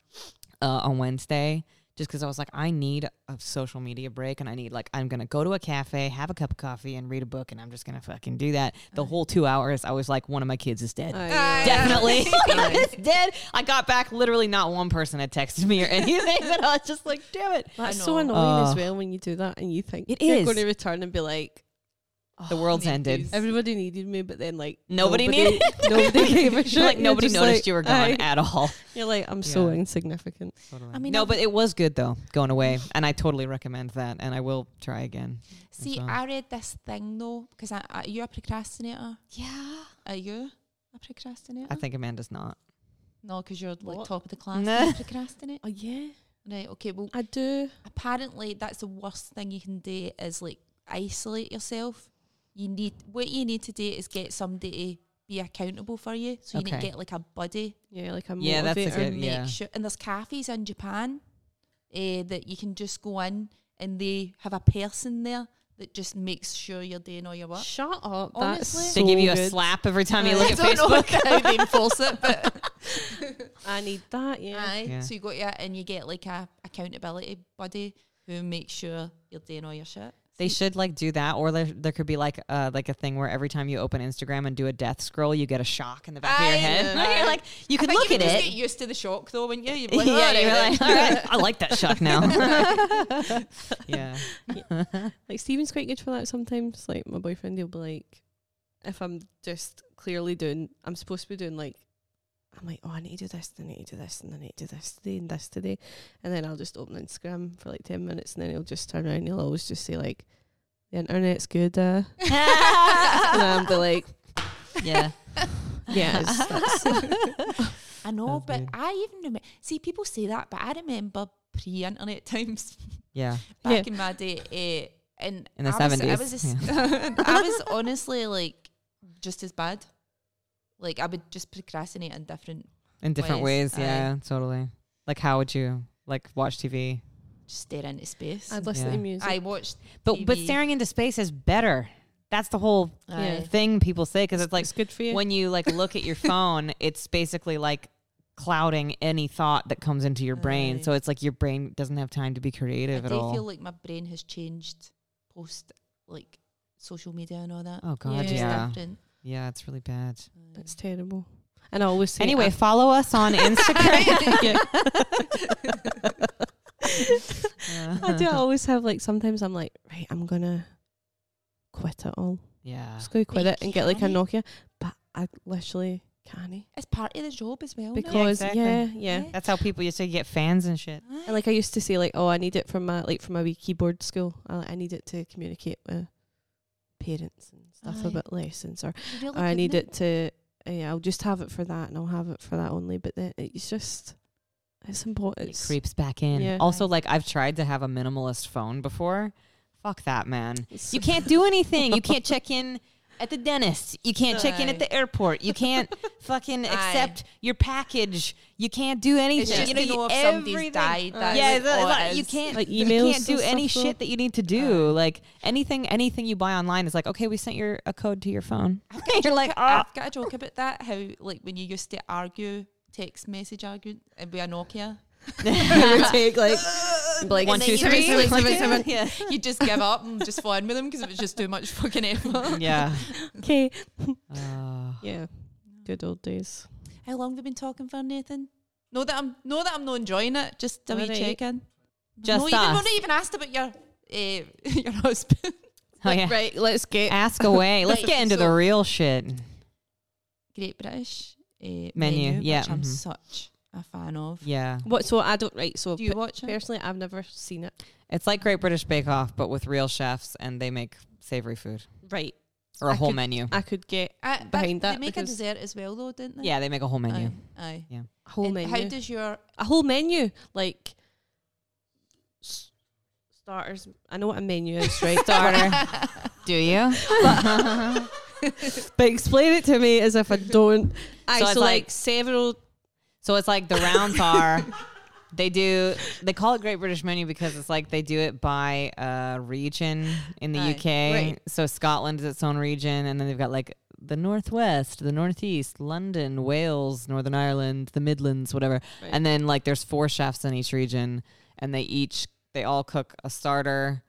S3: uh, on Wednesday just because I was like I need a social media break and I need like I'm gonna go to a cafe, have a cup of coffee, and read a book, and I'm just gonna fucking do that. The whole two hours, I was like, one of my kids is dead.
S2: Aye,
S3: Definitely, it's dead. I got back. Literally, not one person had texted me or anything. But I was just like, "Damn it!"
S2: That's
S1: I
S2: so
S1: know.
S2: annoying
S3: Oh.
S2: as well when you do that and you think
S3: It
S2: you're
S3: is.
S2: going to return and be like,
S3: The world's ended.
S2: everybody needed me, but then like
S3: Nobody needed-
S2: nobody gave a shit.
S3: Like
S2: You're
S3: nobody
S2: just
S3: noticed
S2: like,
S3: you were gone
S2: aye.
S3: at all.
S2: You're like, I'm so
S3: Yeah.
S2: insignificant.
S1: I mean,
S3: no,
S1: I've-
S3: but it was good though, going away, and I totally recommend that, and I will try again.
S1: See,
S3: well.
S1: I read this thing though because I, are you a procrastinator? Yeah. Are you a procrastinator?
S3: I think Amanda's not.
S1: no, because you're like
S2: What?
S1: top of the class.
S3: No.
S1: No. Procrastinate.
S2: Oh yeah,
S1: Right. Okay. Well,
S2: I do.
S1: apparently that's the worst thing you can do is like isolate yourself. You need what you need to do is get somebody to be accountable for you. So you need
S3: Okay.
S1: to get like a buddy
S2: Yeah, like I'm.
S3: Yeah, that's a
S1: to
S3: good-
S1: make
S3: yeah.
S1: sure. And there's cafes in Japan eh, that you can just go in and they have a person there that just makes sure you're doing all your work.
S2: Shut up.
S1: Honestly?
S2: That's
S3: they give
S2: so
S3: you a
S2: good.
S3: slap every time you
S1: I
S3: look at
S1: don't know
S3: Facebook.
S1: how they enforce it, but
S2: I need that. Yeah.
S1: aye.
S3: Yeah.
S1: So you go to it and you get like a accountability buddy who makes sure you're doing all your shit.
S3: They should like do that, or there, there could be like uh, like a thing where every time you open Instagram and do a death scroll, you get a shock in the back of
S1: I
S3: your head.
S1: know.
S3: You're like you could
S1: I think
S3: look
S1: you
S3: at
S1: would just
S3: it.
S1: Get used to the shock though, wouldn't you? You'd be like,
S3: yeah,
S1: "Alright
S3: you're
S1: then."
S3: like, all right, I like that shock now. yeah,
S2: Like Steven's quite good for that sometimes. Like my boyfriend, he'll be like, if I'm just clearly doing, I'm supposed to be doing like, I'm like, oh, I need to do this, and I need to do this, and I need to do this today and this today, and then I'll just open Instagram for like ten minutes, and then he'll just turn around, and he'll always just say like, the internet's good, uh, and I'll be like,
S3: yeah.
S2: yeah, it's, that's,
S1: I know, but
S3: That's weird.
S1: I even remember. See, people say that, but I remember pre-internet times
S3: Yeah.
S1: back in my day. Uh, and
S3: In the
S1: I was- I
S3: 70s,
S1: was, a s- I was honestly like just as bad. Like I would just procrastinate in different,
S3: In different
S1: Ways,
S3: ways, yeah, totally. Like how would you like watch TV?
S1: just stare into space.
S2: I'd listen
S3: Yeah.
S2: to music.
S1: I watched,
S3: But but
S1: TV.
S3: staring into space is better. That's the whole
S1: aye.
S3: thing people say because it's like
S2: it's good for you.
S3: when you like look at your phone, it's basically like clouding any thought that comes into your brain.
S1: Aye.
S3: So it's like your brain doesn't have time to be creative
S1: I
S3: at
S1: do
S3: all.
S1: feel like my brain has changed post like social media and all that.
S3: oh god,
S2: Yeah.
S3: yeah.
S1: Just
S3: yeah,
S1: different.
S3: it's really bad.
S2: it's terrible. And I always say
S3: anyway,
S2: I-
S3: follow us
S1: Mm.
S3: on Instagram.
S2: I do always have like sometimes I'm like, right, I'm gonna quit it all.
S3: yeah,
S2: Just go quit
S1: you
S2: it and get like a
S1: can't.
S2: Nokia. But I literally can't
S1: It's part of the job as well. no?
S2: because
S3: Oh, exactly.
S2: yeah, yeah.
S1: Yeah.
S3: that's how people used to get fans and shit.
S1: Aye.
S2: And like I used to say, like, oh, I need it from my like from my wee keyboard school. I, I need it to communicate with parents and stuff
S1: Aye.
S2: about lessons, or,
S1: You really
S2: or I need
S1: couldn't.
S2: it to. uh, Yeah, I'll just have it for that, and I'll have it for that only. But then it's just it's important.
S3: it creeps back in.
S2: Yeah.
S3: Also, like I've tried to have a minimalist phone before. Fuck that, man.
S2: It's
S3: You can't do anything. You can't check in at the dentist. You can't check in
S1: Aye.
S3: at the airport. You can't fucking
S1: Aye.
S3: accept your package. You can't do anything.
S1: It's just
S3: you know,
S1: to
S3: you-
S1: know if somebody's
S3: everything.
S1: died. That's
S3: yeah,
S1: like oh,
S3: it's like-
S1: all it
S3: like, you
S1: is.
S3: can't
S2: Like
S3: You
S2: emails
S3: can't do
S2: and
S3: any
S2: stuff,
S3: shit that you need to do. like anything, anything you buy online is like, okay, we sent your a code to your phone. You're like, ah,
S1: I've got a joke about that. How like when you used to argue text message argument and be a Nokia,
S2: take like like
S3: one, two,
S1: then
S3: three,
S1: you just-
S3: seven, seven. Yeah,
S1: you just give up and just fly in with them because it was just too much fucking effort.
S3: yeah.
S2: okay.
S3: Uh,
S2: Yeah, good old days.
S1: How long have we been talking for, Nathan? No, that I'm no that I'm not enjoying it. Just a wee
S2: Alright.
S1: check in.
S3: Just
S1: no, even, no,
S3: us.
S1: not even asked about your uh, your husband.
S3: oh yeah. Uh,
S2: Right, let's get
S3: Ask away. Let's
S1: Right,
S3: get into the
S1: so-
S3: real shit.
S1: Great British uh, menu,
S3: yeah,
S1: which I'm
S3: mhm.
S1: such a fan of.
S3: Yeah.
S2: what? So I don't right. So
S1: Do you
S2: pe-
S1: watch it?
S2: personally, I've never seen it.
S3: It's like Great British Bake Off, but with real chefs, and they make savory food
S2: Right,
S3: or a
S2: I
S3: whole
S2: could-
S3: menu.
S2: I could get
S1: I, but
S2: Behind
S1: they
S2: that,
S1: make a
S2: because-
S1: dessert as well, though, didn't they?
S3: yeah, they make a whole menu.
S1: Aye. aye.
S2: a whole
S1: And
S2: menu.
S1: How does your
S2: a whole menu like s- starters? I know what a menu is, right?
S3: Starter. Do you?
S2: but explain it to me as if I don't. I so,
S3: it's
S2: like,
S3: like-
S2: several.
S3: so it's like the rounds are. They do. They call it Great British Menu because it's like they do it by uh, region in the
S1: Aye,
S3: UK.
S1: right.
S3: So Scotland is its own region, and then they've got like the Northwest, the Northeast, London, Wales, Northern Ireland, the Midlands, whatever.
S2: Right.
S3: And then like there's four chefs in each region, and they each they all cook a starter,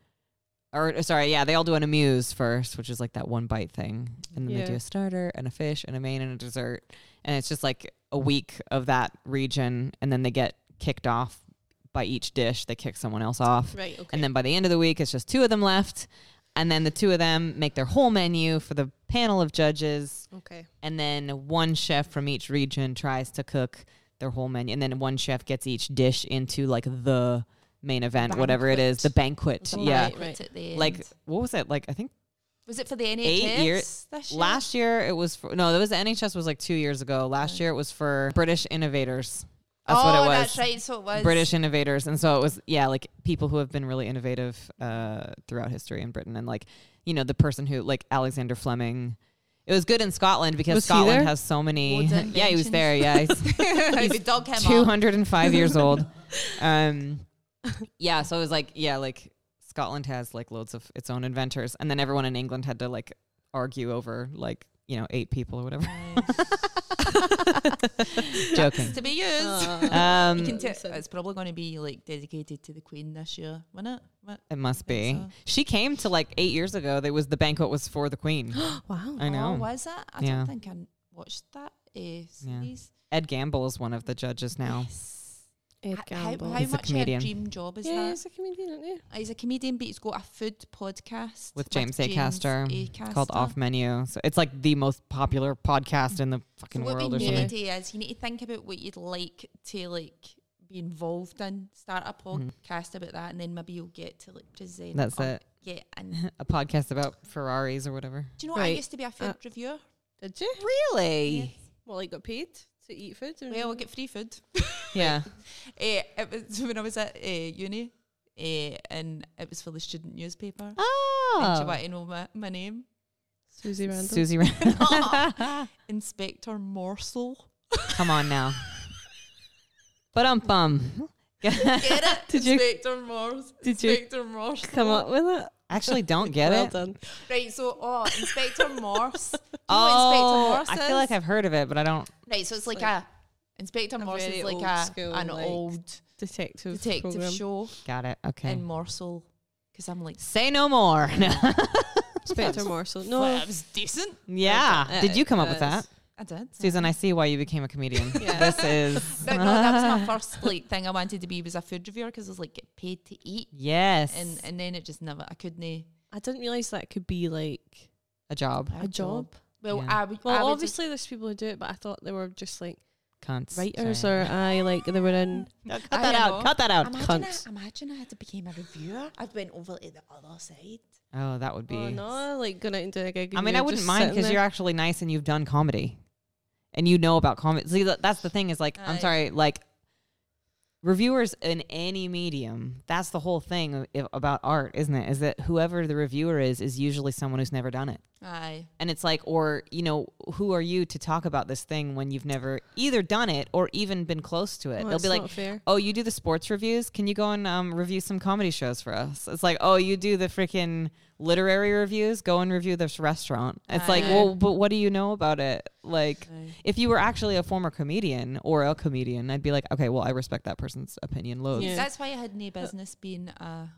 S3: or uh, sorry, yeah, they all do an amuse first, which is like that one bite thing, and then
S2: Yeah.
S3: they do a starter and a fish and a main and a dessert, and it's just like a week of that region, and then they get kicked off by each dish. They kick someone else off,
S2: Right. Okay.
S3: and then by the end of the week, it's just two of them left. And then the two of them make their whole menu for the panel of judges
S2: okay.
S3: and then one chef from each region tries to cook their whole menu and then one chef gets each dish into like the main event whatever it is the banquet
S2: The
S3: yeah
S2: banquet.
S1: right. at the end?
S3: like what was it like i think
S1: was it for the NHS?
S3: years-
S1: this year?
S3: last year it was for, no that was the nhs was like two years ago last year it was for british innovators that's
S1: oh,
S3: what it was
S1: That's right. So it was
S3: British innovators. And so it was, yeah, like people who have been really innovative uh, throughout history in Britain. And like, you know, the person who, like Alexander Fleming. It was good in Scotland because
S2: Was he
S3: Scotland
S2: there?
S3: has so many.
S1: Loads of
S3: Yeah, he was there. Yeah. He's
S1: we dug him up.
S3: 205 years old. Um, yeah, so it was like, yeah, like Scotland has like loads of its own inventors, and then everyone in England had to like argue over like you know eight people or whatever. Joking.
S1: to be used.
S3: Um,
S1: you can tell
S4: Listen.
S1: it's probably going to be like dedicated to the Queen this year, wasn't it? What?
S3: it must be.
S1: think so.
S3: She came to like eight years ago. That was the banquet was for the Queen.
S2: wow.
S3: I know.
S1: Oh, was it? I
S3: Yeah.
S1: don't think I watched that uh, series.
S3: Ed Gamble is one of the judges now.
S1: Yes.
S2: Ed
S1: H-
S2: Gamble.
S1: How, how
S3: He's a
S1: much her
S3: comedian.
S1: dream job is
S2: yeah,
S1: that?
S2: he's a comedian, isn't he?
S1: Uh, He's a comedian, but he's got a food podcast
S3: With James Acaster. It's called
S1: Acaster.
S3: Off Menu. So it's like the most popular podcast in the
S1: So
S3: fucking
S1: what
S3: world
S1: we
S3: or
S1: need
S3: something.
S1: to is you need to think about what you'd like to like be involved in. Start a
S3: Mhm.
S1: podcast about that, and then maybe you'll get to like present.
S3: That's
S1: or
S3: it.
S1: Get in.
S3: A podcast about Ferraris or whatever.
S1: Do you know I
S2: Right.
S1: used to be a food
S2: Uh,
S1: reviewer?
S2: Did you?
S3: Really?
S2: Well, like got paid to eat food.
S1: Well, I get free food.
S3: Yeah.
S1: Eh, it was when I was at uh, uni, uh, and it was for the student newspaper. And do you
S3: Oh.
S1: want to know my, my name?
S2: Susie Randall.
S3: Susie Randall.
S1: Inspector Morsel.
S3: Come on now. But um bum.
S1: Get it?
S2: Did you-
S1: Inspector Morsel.
S2: Did you
S1: Inspector Morse.
S2: come up with it?
S3: Actually don't get
S2: well
S3: it.
S2: done.
S1: Right, so oh, Inspector Morse. Do you know what
S3: Oh,
S1: Inspector
S3: I
S1: Morse
S3: feel like
S1: is?
S3: I've heard of it, but I don't.
S1: right, so it's like,
S2: like
S1: a Inspector Morse
S2: very
S1: is like
S2: old
S1: a
S2: school,
S1: an
S2: like,
S1: old
S2: Detective.
S1: detective
S2: program.
S1: show
S3: Got it. Okay.
S1: in Morsel because I'm like,
S3: Say no more.
S2: Inspector Morsel. No.
S1: well, it was decent.
S3: yeah.
S2: Uh,
S3: Did you come up with
S2: uh,
S3: that?
S1: I did.
S3: Susan, I see why you became a comedian.
S2: Yeah.
S3: This is.
S1: But no, that was my first like thing I wanted to be was a food reviewer because I was like get paid to eat,
S3: Yes.
S1: and and then it just never I couldn't
S2: I didn't realize that could be like.
S3: a job.
S1: have
S2: A job?
S1: Well,
S3: Yeah.
S1: I would. I
S2: Well,
S1: would
S2: obviously there's people who do it, but I thought they were just like
S3: Cunts.
S2: writers
S3: Sorry.
S2: or I like they were in.
S3: No, cut
S1: I
S3: that
S1: don't
S3: out.
S1: know.
S3: Cut that out.
S1: Imagine
S2: Cunts.
S1: I, imagine I had to become a reviewer. I've went over to the other side.
S3: Oh, that would be.
S2: Oh no! Like going out and doing a gig.
S3: I mean, I wouldn't mind because you're actually nice and you've done comedy, and you know about comedy. See, tha- that's the thing is like, I'm
S1: Aye.
S3: sorry, like reviewers in any medium. That's the whole thing of- if- about art, isn't it? Is that whoever the reviewer is is usually someone who's never done it.
S1: Aye.
S3: And it's like, or, you know, who are you to talk about this thing when you've never either done it or even been close to it?
S2: Well,
S3: They'll
S2: it's
S3: be like,
S2: not fair.
S3: oh, you do the sports reviews? Can you go and um, review some comedy shows for us? It's like, oh, you do the freaking literary reviews? Go and review this restaurant. It's like,
S1: Aye.
S3: well, but what do you know about it? Like,
S1: Aye.
S3: if you were actually a former comedian or a comedian, I'd be like, okay, well, I respect that person's opinion loads.
S2: Yeah.
S1: That's why I had no business being a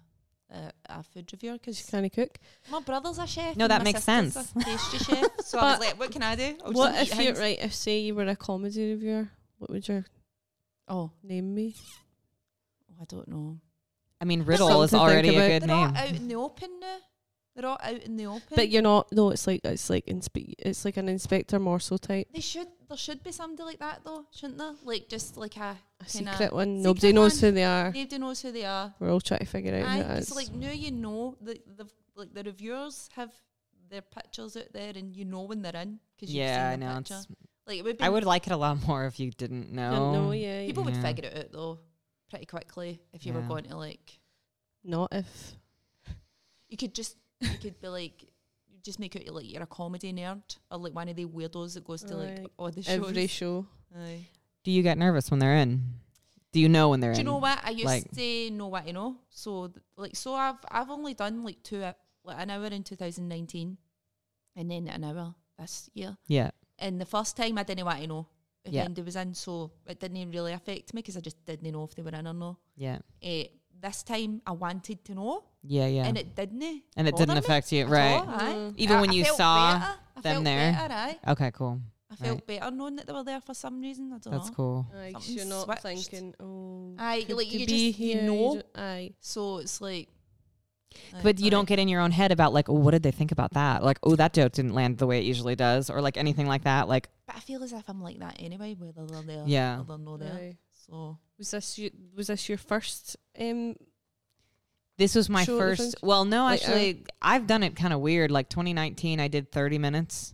S1: a, a food reviewer
S2: because
S1: because
S2: you kind of cook.
S1: my brother's a chef.
S3: No,
S1: and
S3: that
S1: my
S3: makes
S1: sister's
S3: sense.
S1: a Pastry chef. So I was
S2: But
S1: like, what can I do?
S3: Oh,
S1: I'll just
S2: What
S1: eat
S2: if you're
S1: hens.
S2: right? If say you were a comedy reviewer, what would your
S1: Oh,
S2: name be?
S1: oh, I don't know.
S3: I mean, Riddle
S2: Something
S3: is
S2: to think
S3: already
S2: about.
S3: a good
S1: They're
S3: name.
S1: all out in the open now. They're all out in the open.
S2: But you're not. No, it's like it's like inspe- it's like an Inspector Morsel type,
S1: They should. There should be somebody like that though, shouldn't there? Like just like a
S2: a
S1: Kinda
S2: secret one.
S1: secret
S2: Nobody
S1: one.
S2: knows who they are.
S1: nobody knows who they are.
S2: We're all trying to figure out
S1: Aye,
S2: who it is.
S1: it's like now you know the the like the reviewers have their pictures out there, and you know when they're in because
S3: Yeah, I
S1: you've seen
S3: know.
S1: the
S3: it's-
S1: picture. Like it would be.
S3: I would like it a lot more if you didn't know.
S2: Didn't know, yeah,
S1: people would
S3: Yeah.
S1: figure it out though pretty quickly if you were
S3: Yeah.
S1: going to like.
S2: not if
S1: You could just you could be like. you Just make out like you're a comedy nerd or like one of the weirdos that goes to like
S2: Like,
S1: all the shows.
S2: every show.
S1: Aye.
S3: Do you get nervous when they're in? Do you know when they're
S1: Do you
S3: in?
S1: know what I used
S3: like-
S1: to know what I know? So th- like so I've I've only done like two uh, like an hour in 2019, and then an hour this year.
S3: Yeah.
S1: And the first time I didn't want to know if
S3: Yeah.
S1: Andy was in, so it didn't really affect me because I just didn't know if they were in or no.
S3: Yeah.
S1: Eh, this time I wanted to know,
S3: Yeah. Yeah.
S1: and it didn't.
S3: And it
S1: bother
S3: didn't
S1: me
S3: affect you,
S1: at
S3: right?
S1: all, aye.
S2: Mm.
S3: Even when you
S1: felt
S3: saw
S1: better. I
S3: them
S1: felt
S3: there.
S1: better, aye.
S3: Okay, cool.
S1: I felt better knowing that they were there for some reason. I don't
S3: That's
S1: know.
S3: cool.
S2: Aye, 'cause
S1: Something
S2: you're not
S1: switched.
S2: thinking. Oh,
S1: Aye,
S2: could
S1: like, you
S2: be
S1: just- you
S2: here,
S1: know.
S2: ju- aye,
S1: So it's like, aye,
S3: But you
S1: aye.
S3: don't get in your own head about like, oh, what did they think about that? Like, oh, that joke didn't land the way it usually does, or like anything like that. Like,
S1: But I feel as if I'm like that anyway, whether they're there
S3: Yeah.
S1: or they're not there.
S2: aye.
S1: So
S2: Was this you, was this your first um
S3: this was my
S2: Sure,
S3: first.
S2: different.
S3: Well, no,
S2: Like, uh,
S3: actually, I've done it kind of weird. Like 2019, I did 30 minutes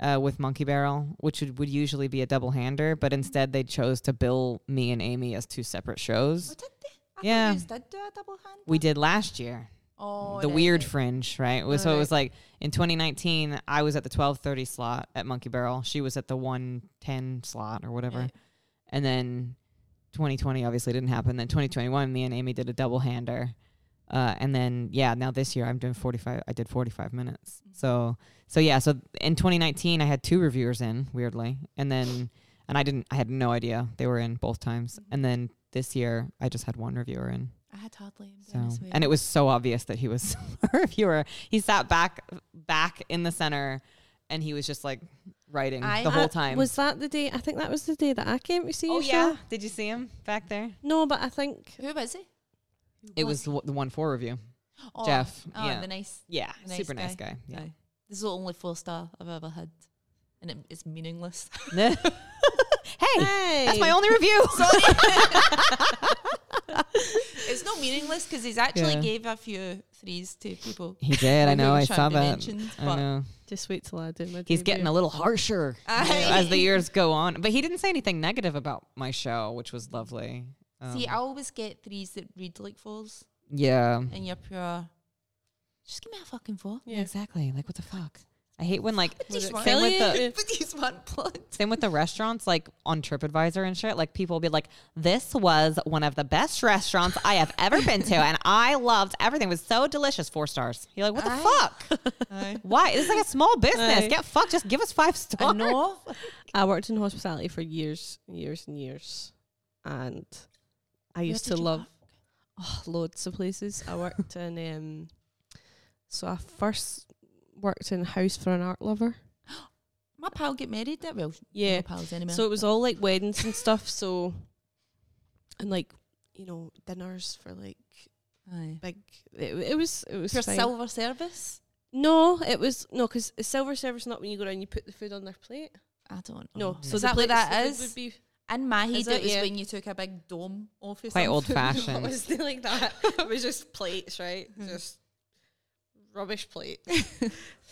S3: uh, with Monkey Barrel, which would, would usually be a double hander, but instead they chose to bill me and Amy as two separate shows.
S1: what did they? I
S3: Yeah.
S1: yeah, did do a double hand.
S3: We did last year.
S1: Oh,
S3: the
S1: right,
S3: weird
S1: right.
S3: fringe, right? Was-
S2: Oh,
S3: so it
S2: right.
S3: was like in 2019, I was at the 12:30 slot at Monkey Barrel. She was at the 110 slot or whatever.
S1: Right.
S3: And then 2020 obviously didn't happen. Then 2021, me and Amy did a double hander, uh, and then yeah, now this year I'm doing 45. I did 45 minutes. So so yeah, so in 2019 I had two reviewers in weirdly, and then and I didn't. I had no idea they were in both times, and then this year I just had one reviewer in.
S1: I had hardly. I'm being
S3: So
S1: honest with
S3: and
S1: you.
S3: it was so obvious that he was a reviewer. He sat back back in the center, and he was just like writing
S1: I-
S3: the
S2: Uh,
S3: whole time.
S2: Was that the day? I think that was the day that I came to see
S3: oh
S2: you.
S3: yeah,
S2: Shaun.
S3: did you see him back there?
S2: No, but I think
S1: Who was he?
S3: It was the w- the one four review.
S1: Oh,
S3: Jeff,
S1: Oh,
S3: yeah.
S1: the nice.
S3: Yeah,
S1: Nice
S3: super nice
S1: guy.
S3: guy. Yeah.
S1: Aye. This is the only four star I've ever had, and it, it's meaningless.
S3: hey, that's my
S2: Hey.
S3: only review.
S1: it's not meaningless because he's actually
S3: Yeah.
S1: gave a few threes to people.
S3: He did. I
S1: who
S3: know. I
S1: shan't
S3: saw
S1: be
S3: that.
S1: mentioned,
S3: I
S1: but-
S3: know.
S2: Just wait till I do my.
S3: He's getting a
S2: debut.
S3: little harsher you know, as the years go on, but he didn't say anything negative about my show, which was lovely.
S1: See,
S3: Um,
S1: I always get threes that read like fours,
S3: yeah.
S1: and you're pure. Just give me a fucking four.
S3: Yeah, exactly. Like, what the fuck? I hate when like
S1: Just
S3: same
S1: one.
S3: with the
S1: But these weren't plugged.
S3: same with the restaurants, like on TripAdvisor and shit. Like people will be like, "This was one of the best restaurants I have ever been to, and I loved everything. It was so delicious. Four stars." You're like, "What the
S1: Aye.
S3: fuck? Why? This is like a small business.
S2: Aye.
S3: Get fucked. Just give us five stars."
S1: I know.
S2: I worked in hospitality for years, years and years, and I used to love oh, loads of places. I worked in um, so I first worked in House for an Art Lover.
S1: My pal get married. That well,
S2: Yeah,
S1: my pals anyway.
S2: So it was all like weddings and stuff. So, and like you know dinners for like
S1: Aye.
S2: big. It, it was it was
S1: Pure
S2: fine.
S1: silver service.
S2: no, it was no because silver service not when you go around you put the food on their plate.
S1: I don't know.
S2: No, so
S1: Is
S2: the
S1: that what
S2: plates,
S1: Oh. that
S2: the food
S1: is?
S2: would be
S1: In my head,
S2: Is
S1: it,
S2: it?
S1: was
S2: Yeah.
S1: when you took a big dome off. of
S3: Quite
S1: something.
S3: old
S2: No, it
S3: fashioned.
S2: was nothing like that. it was just plates, right? Just rubbish plate.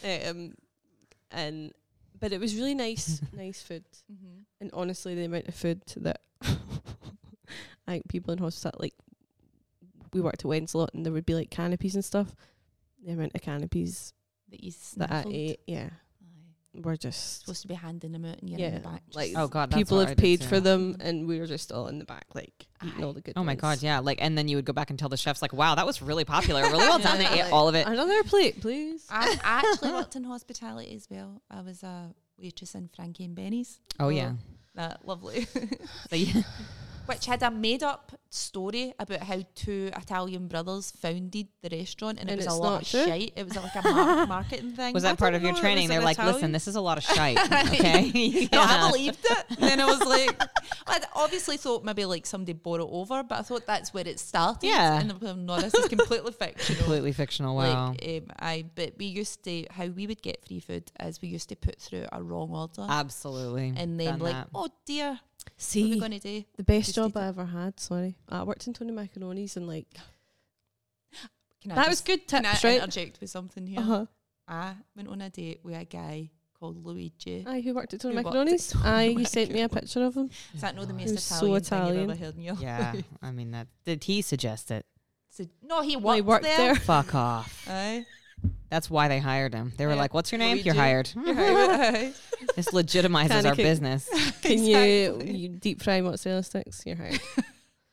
S2: um, and but it was really nice, nice food.
S1: Mhm.
S2: And honestly, the amount of food that I think people in hospital like we worked at weddings a lot, and there would be like canopies and stuff. The amount of canopies
S1: That you
S2: that I
S1: sniffled.
S2: ate, yeah,
S1: Aye.
S2: were just
S1: Supposed to be handing them out, and you're in
S2: Yeah,
S1: the back. just-
S2: like
S3: Oh god, that's
S2: people
S3: what
S2: have
S3: I did
S2: paid
S3: too.
S2: for them, and we were just all in the back, like eating all the good.
S3: Oh my
S2: ones.
S3: god, yeah. Like, and then you would go back and tell the chefs, like, "Wow, that was really popular. Really well done. They
S2: Yeah,
S3: ate
S2: like,
S3: all of it."
S2: Another plate, please.
S1: I I actually worked in hospitality as well. I was a waitress in Frankie and Benny's.
S3: Oh yeah.
S1: That lovely.
S3: So, yeah.
S1: Which had a made up story about how two Italian brothers founded the restaurant and,
S2: And
S1: it was
S2: it's
S1: a lot
S2: not
S1: of
S2: true?
S1: shit. It was like a mar- marketing thing.
S3: Was
S1: I
S3: that part of
S1: don't
S3: your
S1: know, it
S3: training?
S1: was
S3: They're
S1: an
S3: like,
S1: Italian-
S3: "Listen, this is a lot of shite." Okay.
S1: No,
S3: Yeah.
S1: I believed it. And then I was like, I obviously thought maybe like somebody bought it over, but I thought that's where it started.
S3: Yeah.
S1: And I'm "Oh, no, this is completely fictional.
S3: Completely fictional. Wow.
S1: Like, um, I but we used to how we would get free food is we used to put through a wrong
S2: uh,
S1: order
S2: Ah,
S3: Absolutely.
S1: and then
S3: done
S1: like
S3: that.
S1: oh dear, what are we
S2: See,
S1: going to do?
S2: the best
S1: Just
S2: job
S1: eat
S2: I
S1: it.
S2: ever had. Sorry, I worked in Tony Macaroni's, and like
S1: Can
S2: that
S1: I
S2: was
S1: just,
S2: good
S1: can I
S2: tips, right?
S1: interject with something here?
S2: Uh huh.
S1: I went on a date with a guy called Luigi.
S2: Aye, who worked at Tony
S1: Who worked at
S2: Macaroni's?
S1: Tony
S2: Aye, you sent me a
S1: Macaroni.
S2: picture of him.
S1: Is that not the
S2: He
S1: most
S2: was so
S1: Italian, thing
S2: Italian.
S1: you've ever heard in your
S3: Yeah,
S1: life?
S3: I mean that. Did he suggest it?
S1: So, no, he worked,
S2: Well, he worked there.
S3: Fuck off.
S1: Aye.
S3: That's why they hired him. They were
S1: Yeah.
S3: like, "What's your name?
S1: Luigi.
S3: You're hired."
S1: Aye.
S3: this legitimizes
S2: Kinda
S3: our
S2: kick-
S3: business.
S2: Can
S1: Exactly.
S2: you, you deep fry mozzarella sticks? You're hired.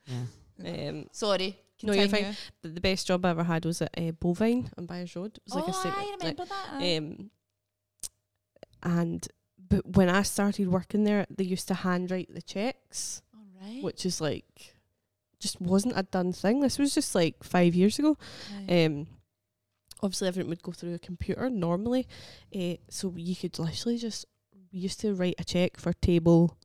S3: Yeah.
S2: um,
S1: Sorry.
S2: No, you're fine.
S1: continue.
S2: the, the best job I ever had was at uh, Bovine on Byers Road. It was like a
S1: oh,
S2: secret,
S1: I
S2: like,
S1: remember that. aye.
S2: Um, and but when I started working there, they used to handwrite the checks,
S1: All right.
S2: which is like just wasn't a done thing. This was just like five years ago.
S1: Aye.
S2: Um, obviously, everything would go through a computer normally, uh, so you could literally just we used to write a check for table.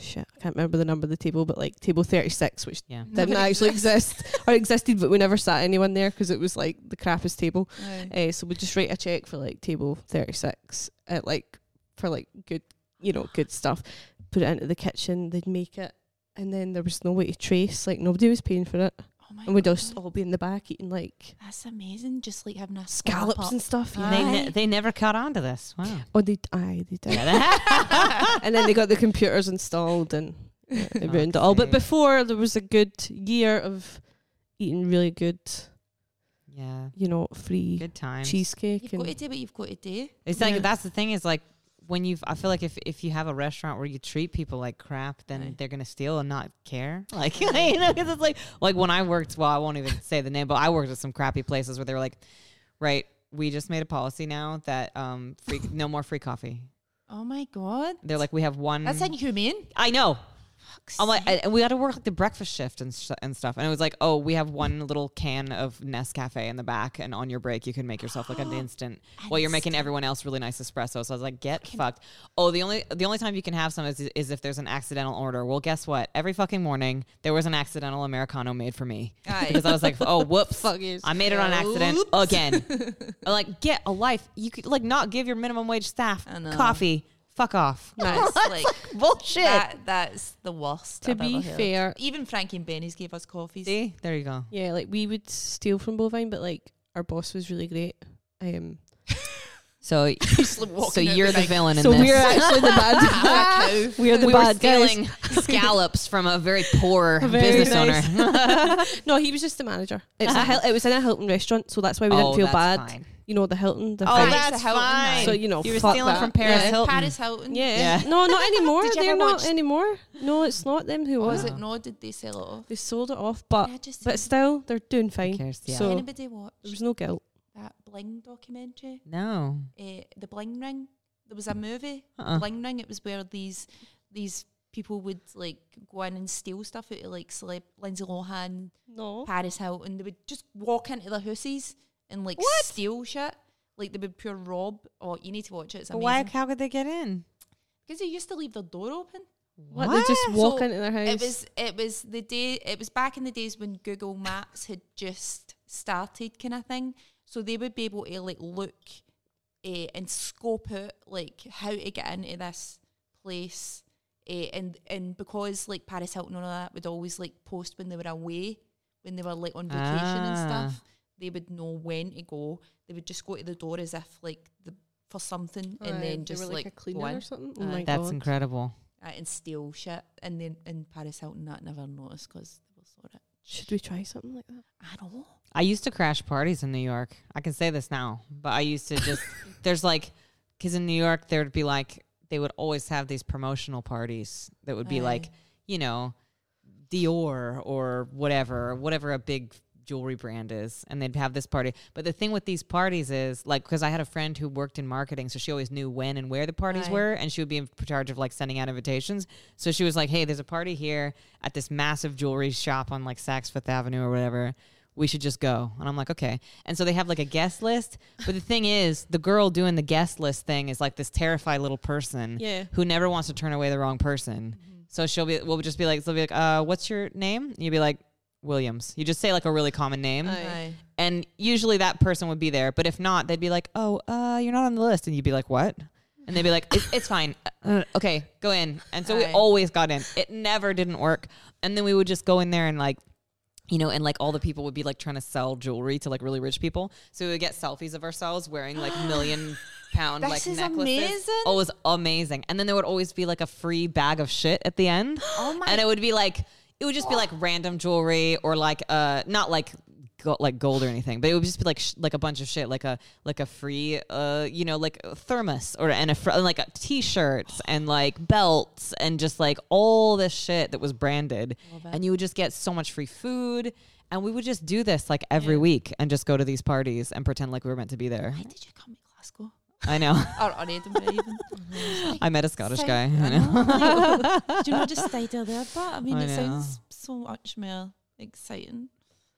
S2: Shit, I can't remember the number of the table, but like table thirty six, which
S3: Yeah.
S2: didn't actually exist or existed, but we never sat anyone there because it was like the crappiest table.
S1: Aye.
S2: Uh, so we just write a check for like table thirty six at like for like good you know good stuff. Put it into the kitchen, they'd make it, and then there was no way to trace. Like nobody was paying for it,
S1: Oh my
S2: and we'd just
S1: God.
S2: all be in the back eating like
S1: That's amazing. Just like having a slap
S2: scallops
S1: up.
S2: and stuff.
S1: Ah.
S2: Yeah.
S3: They
S1: Aye.
S3: ne- they never caught on to this. Wow.
S2: Oh, they aye they did.
S3: Yeah.
S2: and then they got the computers installed and yeah, it
S3: Fuck's
S2: ruined it all. But
S3: sake.
S2: before there was a good year of eating really good,
S3: yeah.
S2: you know, free
S3: Good time.
S2: cheesecake
S1: You've got to
S2: and
S1: do what you've got to do.
S3: It's like
S2: Yeah.
S3: that's the thing is like when you've I feel like if if you have a restaurant where you treat people like crap, then
S1: Aye.
S3: they're gonna steal and not care. Like you know, 'cause it's like like when I worked. Well, I won't even say the name, but I worked at some crappy places where they were like, right, we just made a policy now that um, free no more free coffee.
S1: Oh my god,
S3: They're like, we have one.
S1: that's inhumane.
S3: I know.
S1: Fuck's
S3: I'm like,
S1: sake.
S3: and we got to work like the breakfast shift and sh- and stuff. And it was like, oh, we have one little can of Nescafe in the back, and on your break you can make yourself like an instant while you're making everyone else really nice espresso. So I was like, get fucked. Oh, the only the only time you can have some is is if there's an accidental order. Well, guess what? Every fucking morning there was an accidental americano made for me
S1: Aye.
S3: because I was like, oh, whoops,
S1: yes.
S3: I made it on accident
S1: Oops.
S3: again. I'm like, get a life. You could like not give your minimum wage staff
S1: I know.
S3: coffee. Fuck off.
S1: That's like
S3: Bullshit.
S1: that. That's the worst.
S2: To
S1: I've
S2: be
S1: ever heard.
S2: fair-
S1: even Frankie and Benny's gave us coffees.
S3: See, there you go.
S2: Yeah, like we would steal from Bovine, but like our boss was really great. Um,
S3: So,
S1: Just like
S3: so
S1: walking down
S3: you're the
S1: night.
S3: villain in
S2: so
S3: this.
S2: we're actually the bad.
S1: Cow.
S2: we are the
S3: we were
S2: bad guys.
S3: stealing scallops from a very poor
S2: Very
S3: business
S2: nice.
S3: owner.
S2: No, he was just the manager. It's a Hil- it was in a Hilton restaurant, so that's why we
S3: Oh,
S2: didn't feel
S3: that's
S2: bad.
S3: fine.
S2: You know the Hilton. The
S3: Oh,
S2: fine-
S1: that-
S3: that's
S1: the Hilton
S3: fine.
S1: line.
S2: so you know.
S3: you were
S2: fuck
S3: stealing
S2: that.
S3: from Paris
S1: Yeah,
S3: Hilton.
S1: Paris Hilton.
S2: Yeah.
S3: Yeah.
S2: No, not anymore.
S1: Did you
S2: They're
S1: ever
S2: not
S1: watch-
S2: anymore. No, it's not them who
S1: Was
S2: was
S3: Wow.
S2: it.
S1: it? No, did they sell it off?
S2: They sold it off, but
S1: Yeah, just
S2: but still they're doing fine.
S3: cares? Yeah.
S2: So
S1: anybody watch
S2: there was no guilt.
S1: that Bling documentary?
S3: No.
S1: Uh, the Bling Ring. There was a movie,
S3: Uh-uh.
S1: Bling Ring. It was where these these people would like go in and steal stuff out of like celeb Lindsay Lohan,
S3: Oh.
S2: No.
S1: Paris Hilton. They would just walk into their houses and like
S3: What?
S1: steal shit. Like they would pure rob. Oh, you need to watch it. It's
S3: But why?
S1: amazing.
S3: How could they get in?
S1: Because they used to leave their door open.
S2: What? They just walk
S1: So
S2: into their house.
S1: It was it was the day it was back in the days when Google Maps had just started kind of thing. So they would be able to like look eh, and scope out like how to get into this place. eh, and and because like Paris Hilton and all that would always like post when they were away, when they were like on vacation and
S2: Ah.
S1: stuff, they would know when to go. They would just go to the door as if like the for something, and then just like,
S2: a
S1: go
S2: cleaner
S1: in
S2: or something. Oh
S1: Uh,
S2: my
S3: That's
S2: god.
S3: incredible.
S1: uh, and steal shit. And then in Paris Hilton, that never noticed because they were so rich.
S2: Should we try something like that?
S1: I don't know.
S3: I used to crash parties in New York. I can say this now, but I used to just there's like because in New York there would be like they would always have these promotional parties that would be
S1: Aye.
S3: like you know Dior or whatever whatever a big jewelry brand is and they'd have this party but the thing with these parties is like because i had a friend who worked in marketing so she always knew when and where the parties
S1: Aye.
S3: were and she would be in charge of like sending out invitations so she was like hey there's a party here at this massive jewelry shop on like saks fifth avenue or whatever we should just go. And I'm like, okay. And so they have like a guest list. But the thing is, the girl doing the guest list thing is like this terrified little person
S2: Yeah.
S3: who never wants to turn away the wrong person. So she'll be, we'll just be like, they'll be like, uh, what's your name? And you'll be like, Williams. You just say like a really common name.
S1: Oh,
S2: Aye.
S3: And usually that person would be there. But if not, they'd be like, oh, uh, you're not on the list. And you'd be like, what? And they'd be like, it's, it's fine. Uh, okay, go in. And so we
S1: Aye.
S3: always got in. It never didn't work. And then we would just go in there and like, you know, and like all the people would be like trying to sell jewelry to like really rich people. So we would get selfies of ourselves wearing like million pound
S1: This
S3: like
S1: is
S3: necklaces.
S1: amazing.
S3: Oh, it was amazing. And then there would always be like a free bag of shit at the end.
S1: Oh my-
S3: And it would be like it would just be like random jewelry or like uh not like go- like gold or anything, but it would just be like sh- like a bunch of shit, like a like a free uh you know like a thermos or and a fr- and like a t-shirts and like belts and just like all this shit that was branded, and you would just get so much free food. And we would just do this like every week and just go to these parties and pretend like we were meant to be there.
S1: Why did you come to Glasgow?
S3: I know.
S1: Or, or Edinburgh even?
S3: I met a Scottish
S1: Same.
S3: guy.
S1: I
S3: I know.
S1: know. Like, Do you not just stay down there? But I mean,
S3: I
S1: it
S3: know.
S1: sounds so much more exciting.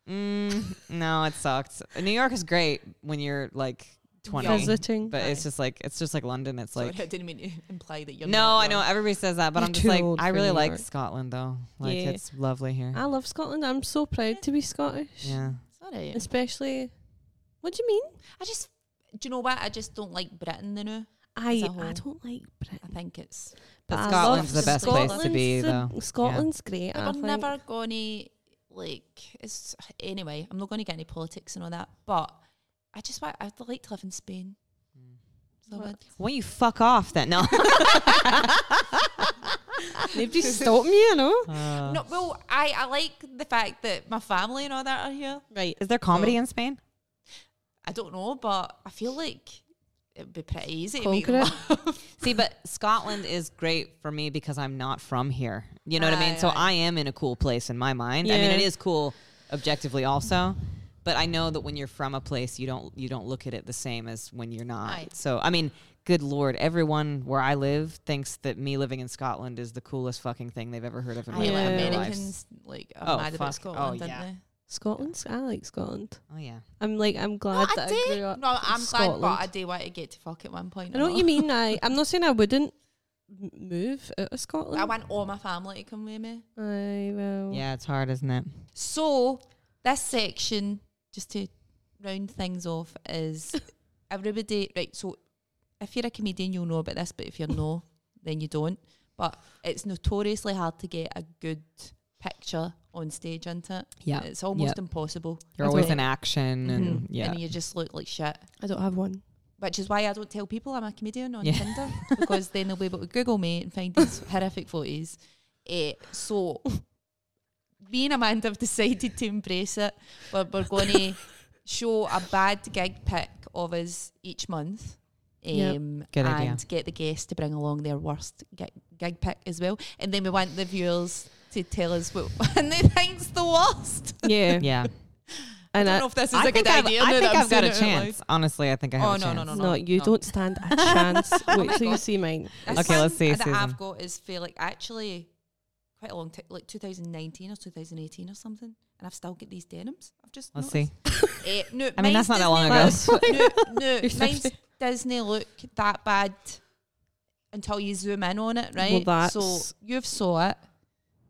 S3: Mm, no, it sucked. New York is great when you're like 20,
S2: Visiting.
S3: but it's just like it's just like London. It's like
S1: Sorry, I didn't mean to imply that you're.
S3: no,
S1: not
S3: I know
S1: young.
S3: everybody says that, but
S2: You're
S3: I'm just
S2: too
S3: like
S2: old
S3: I
S2: for
S3: really
S2: New
S3: like
S2: York.
S3: Scotland though. Like
S2: Yeah.
S3: it's lovely here.
S1: Ah,
S2: I love Scotland. I'm so proud to be Scottish.
S3: yeah,
S1: Sorry,
S2: Especially What do you mean?
S1: I just. Do you know what? I just don't like Britain. You know,
S2: I
S1: a
S2: I
S1: whole-
S2: don't like Britain.
S1: I think it's.
S3: but
S2: I
S3: Scotland's the
S1: love
S3: best place to
S1: Scotland.
S3: be
S2: Scotland's
S3: though.
S2: the- Scotland's great. I
S1: We're
S2: think.
S1: never gonna like. It's anyway. I'm not going to get any politics and all that. But I just want. I'd like to live in Spain. So I
S2: What?
S1: would.
S3: When you fuck off, then no.
S2: They've just stopped me, you know.
S3: Uh,
S1: No, well, I, I like the fact that my family and all that are here.
S2: Right.
S3: Is there comedy in Spain?
S1: I don't know, but I feel like it'd be pretty easy to
S2: Conquer
S1: make love.
S3: See, but Scotland is great for me because I'm not from here. You know what I mean?
S1: Aye,
S3: So
S1: aye.
S3: I am in a cool place in my mind. I mean,
S2: Yeah.
S3: it is cool objectively also, but I know that when you're from a place, you don't you don't look at it the same as when you're not.
S1: Aye.
S3: So I mean, good lord, everyone where I live thinks that me living in Scotland is the coolest fucking thing they've ever heard of in
S1: I
S3: my
S1: know
S3: life. their lives.
S1: Americans like are
S3: Oh,
S1: mad about
S3: fuck. Oh,
S1: Scotland,
S3: yeah.
S1: aren't they?
S2: Scotland's. I like Scotland.
S3: Oh yeah.
S2: I'm like. I'm glad
S1: Not a
S2: that
S1: day-
S2: I grew up.
S1: No, I'm
S2: Scotland.
S1: glad, but I do want to get to fuck at one point.
S2: I know
S1: and
S2: what you mean. I. I'm not saying I wouldn't m- move out of
S1: all.
S2: Scotland.
S1: I want all my family to come with me.
S2: I will.
S3: Yeah, it's hard, isn't it?
S1: So this section, just to round things off, is everybody right. So if you're a comedian, you'll know about this, but if you're no, then you don't. But it's notoriously hard to get a good picture on stage, isn't it?
S3: Yeah.
S1: It's almost
S3: Yep.
S1: impossible.
S3: You're
S1: That's
S3: always
S1: what-
S3: in action and
S1: Mhm.
S3: yeah.
S1: And you just look like shit.
S2: I don't have one.
S1: Which is why I don't tell people I'm a comedian on
S3: Yeah.
S1: Tinder because then they'll be able to Google me and find these horrific photos. Eh, so, me and Amanda have decided to embrace it. We're, we're going to show a bad gig pic of us each month. Um,
S2: Yep.
S3: Good idea.
S1: and get the guests to bring along their worst gig, gig pick as well. And then we want the viewers to tell us what and they think's the worst.
S2: Yeah.
S3: yeah.
S2: And
S1: I
S2: I,
S1: don't know if this is
S3: I
S1: a
S3: think
S1: good
S3: I've,
S1: idea.
S3: I
S1: now
S3: think
S1: that I'm
S3: I've got
S1: saying
S3: a
S1: it out loud.
S3: chance. Honestly, I think I have
S1: Oh,
S3: a
S1: no,
S3: chance.
S1: no, no,
S2: no, you
S1: no.
S2: don't stand a chance. Wait till you see mine.
S1: This
S3: Okay, let's
S1: one
S3: see,
S1: Uh, That
S3: Susan.
S1: I've got is for like actually quite a long time, like 2019 or 2018 or something, and I've still got these denims. I've just
S3: Let's see.
S1: noticed. Eh, no,
S3: I mean,
S1: mine's
S3: that's not that long
S1: Disney-
S3: ago.
S1: No, no,
S2: You're
S1: mine's
S2: actually-
S1: Disney look that bad until you zoom in on it, right? so
S2: that's-
S1: you've saw it,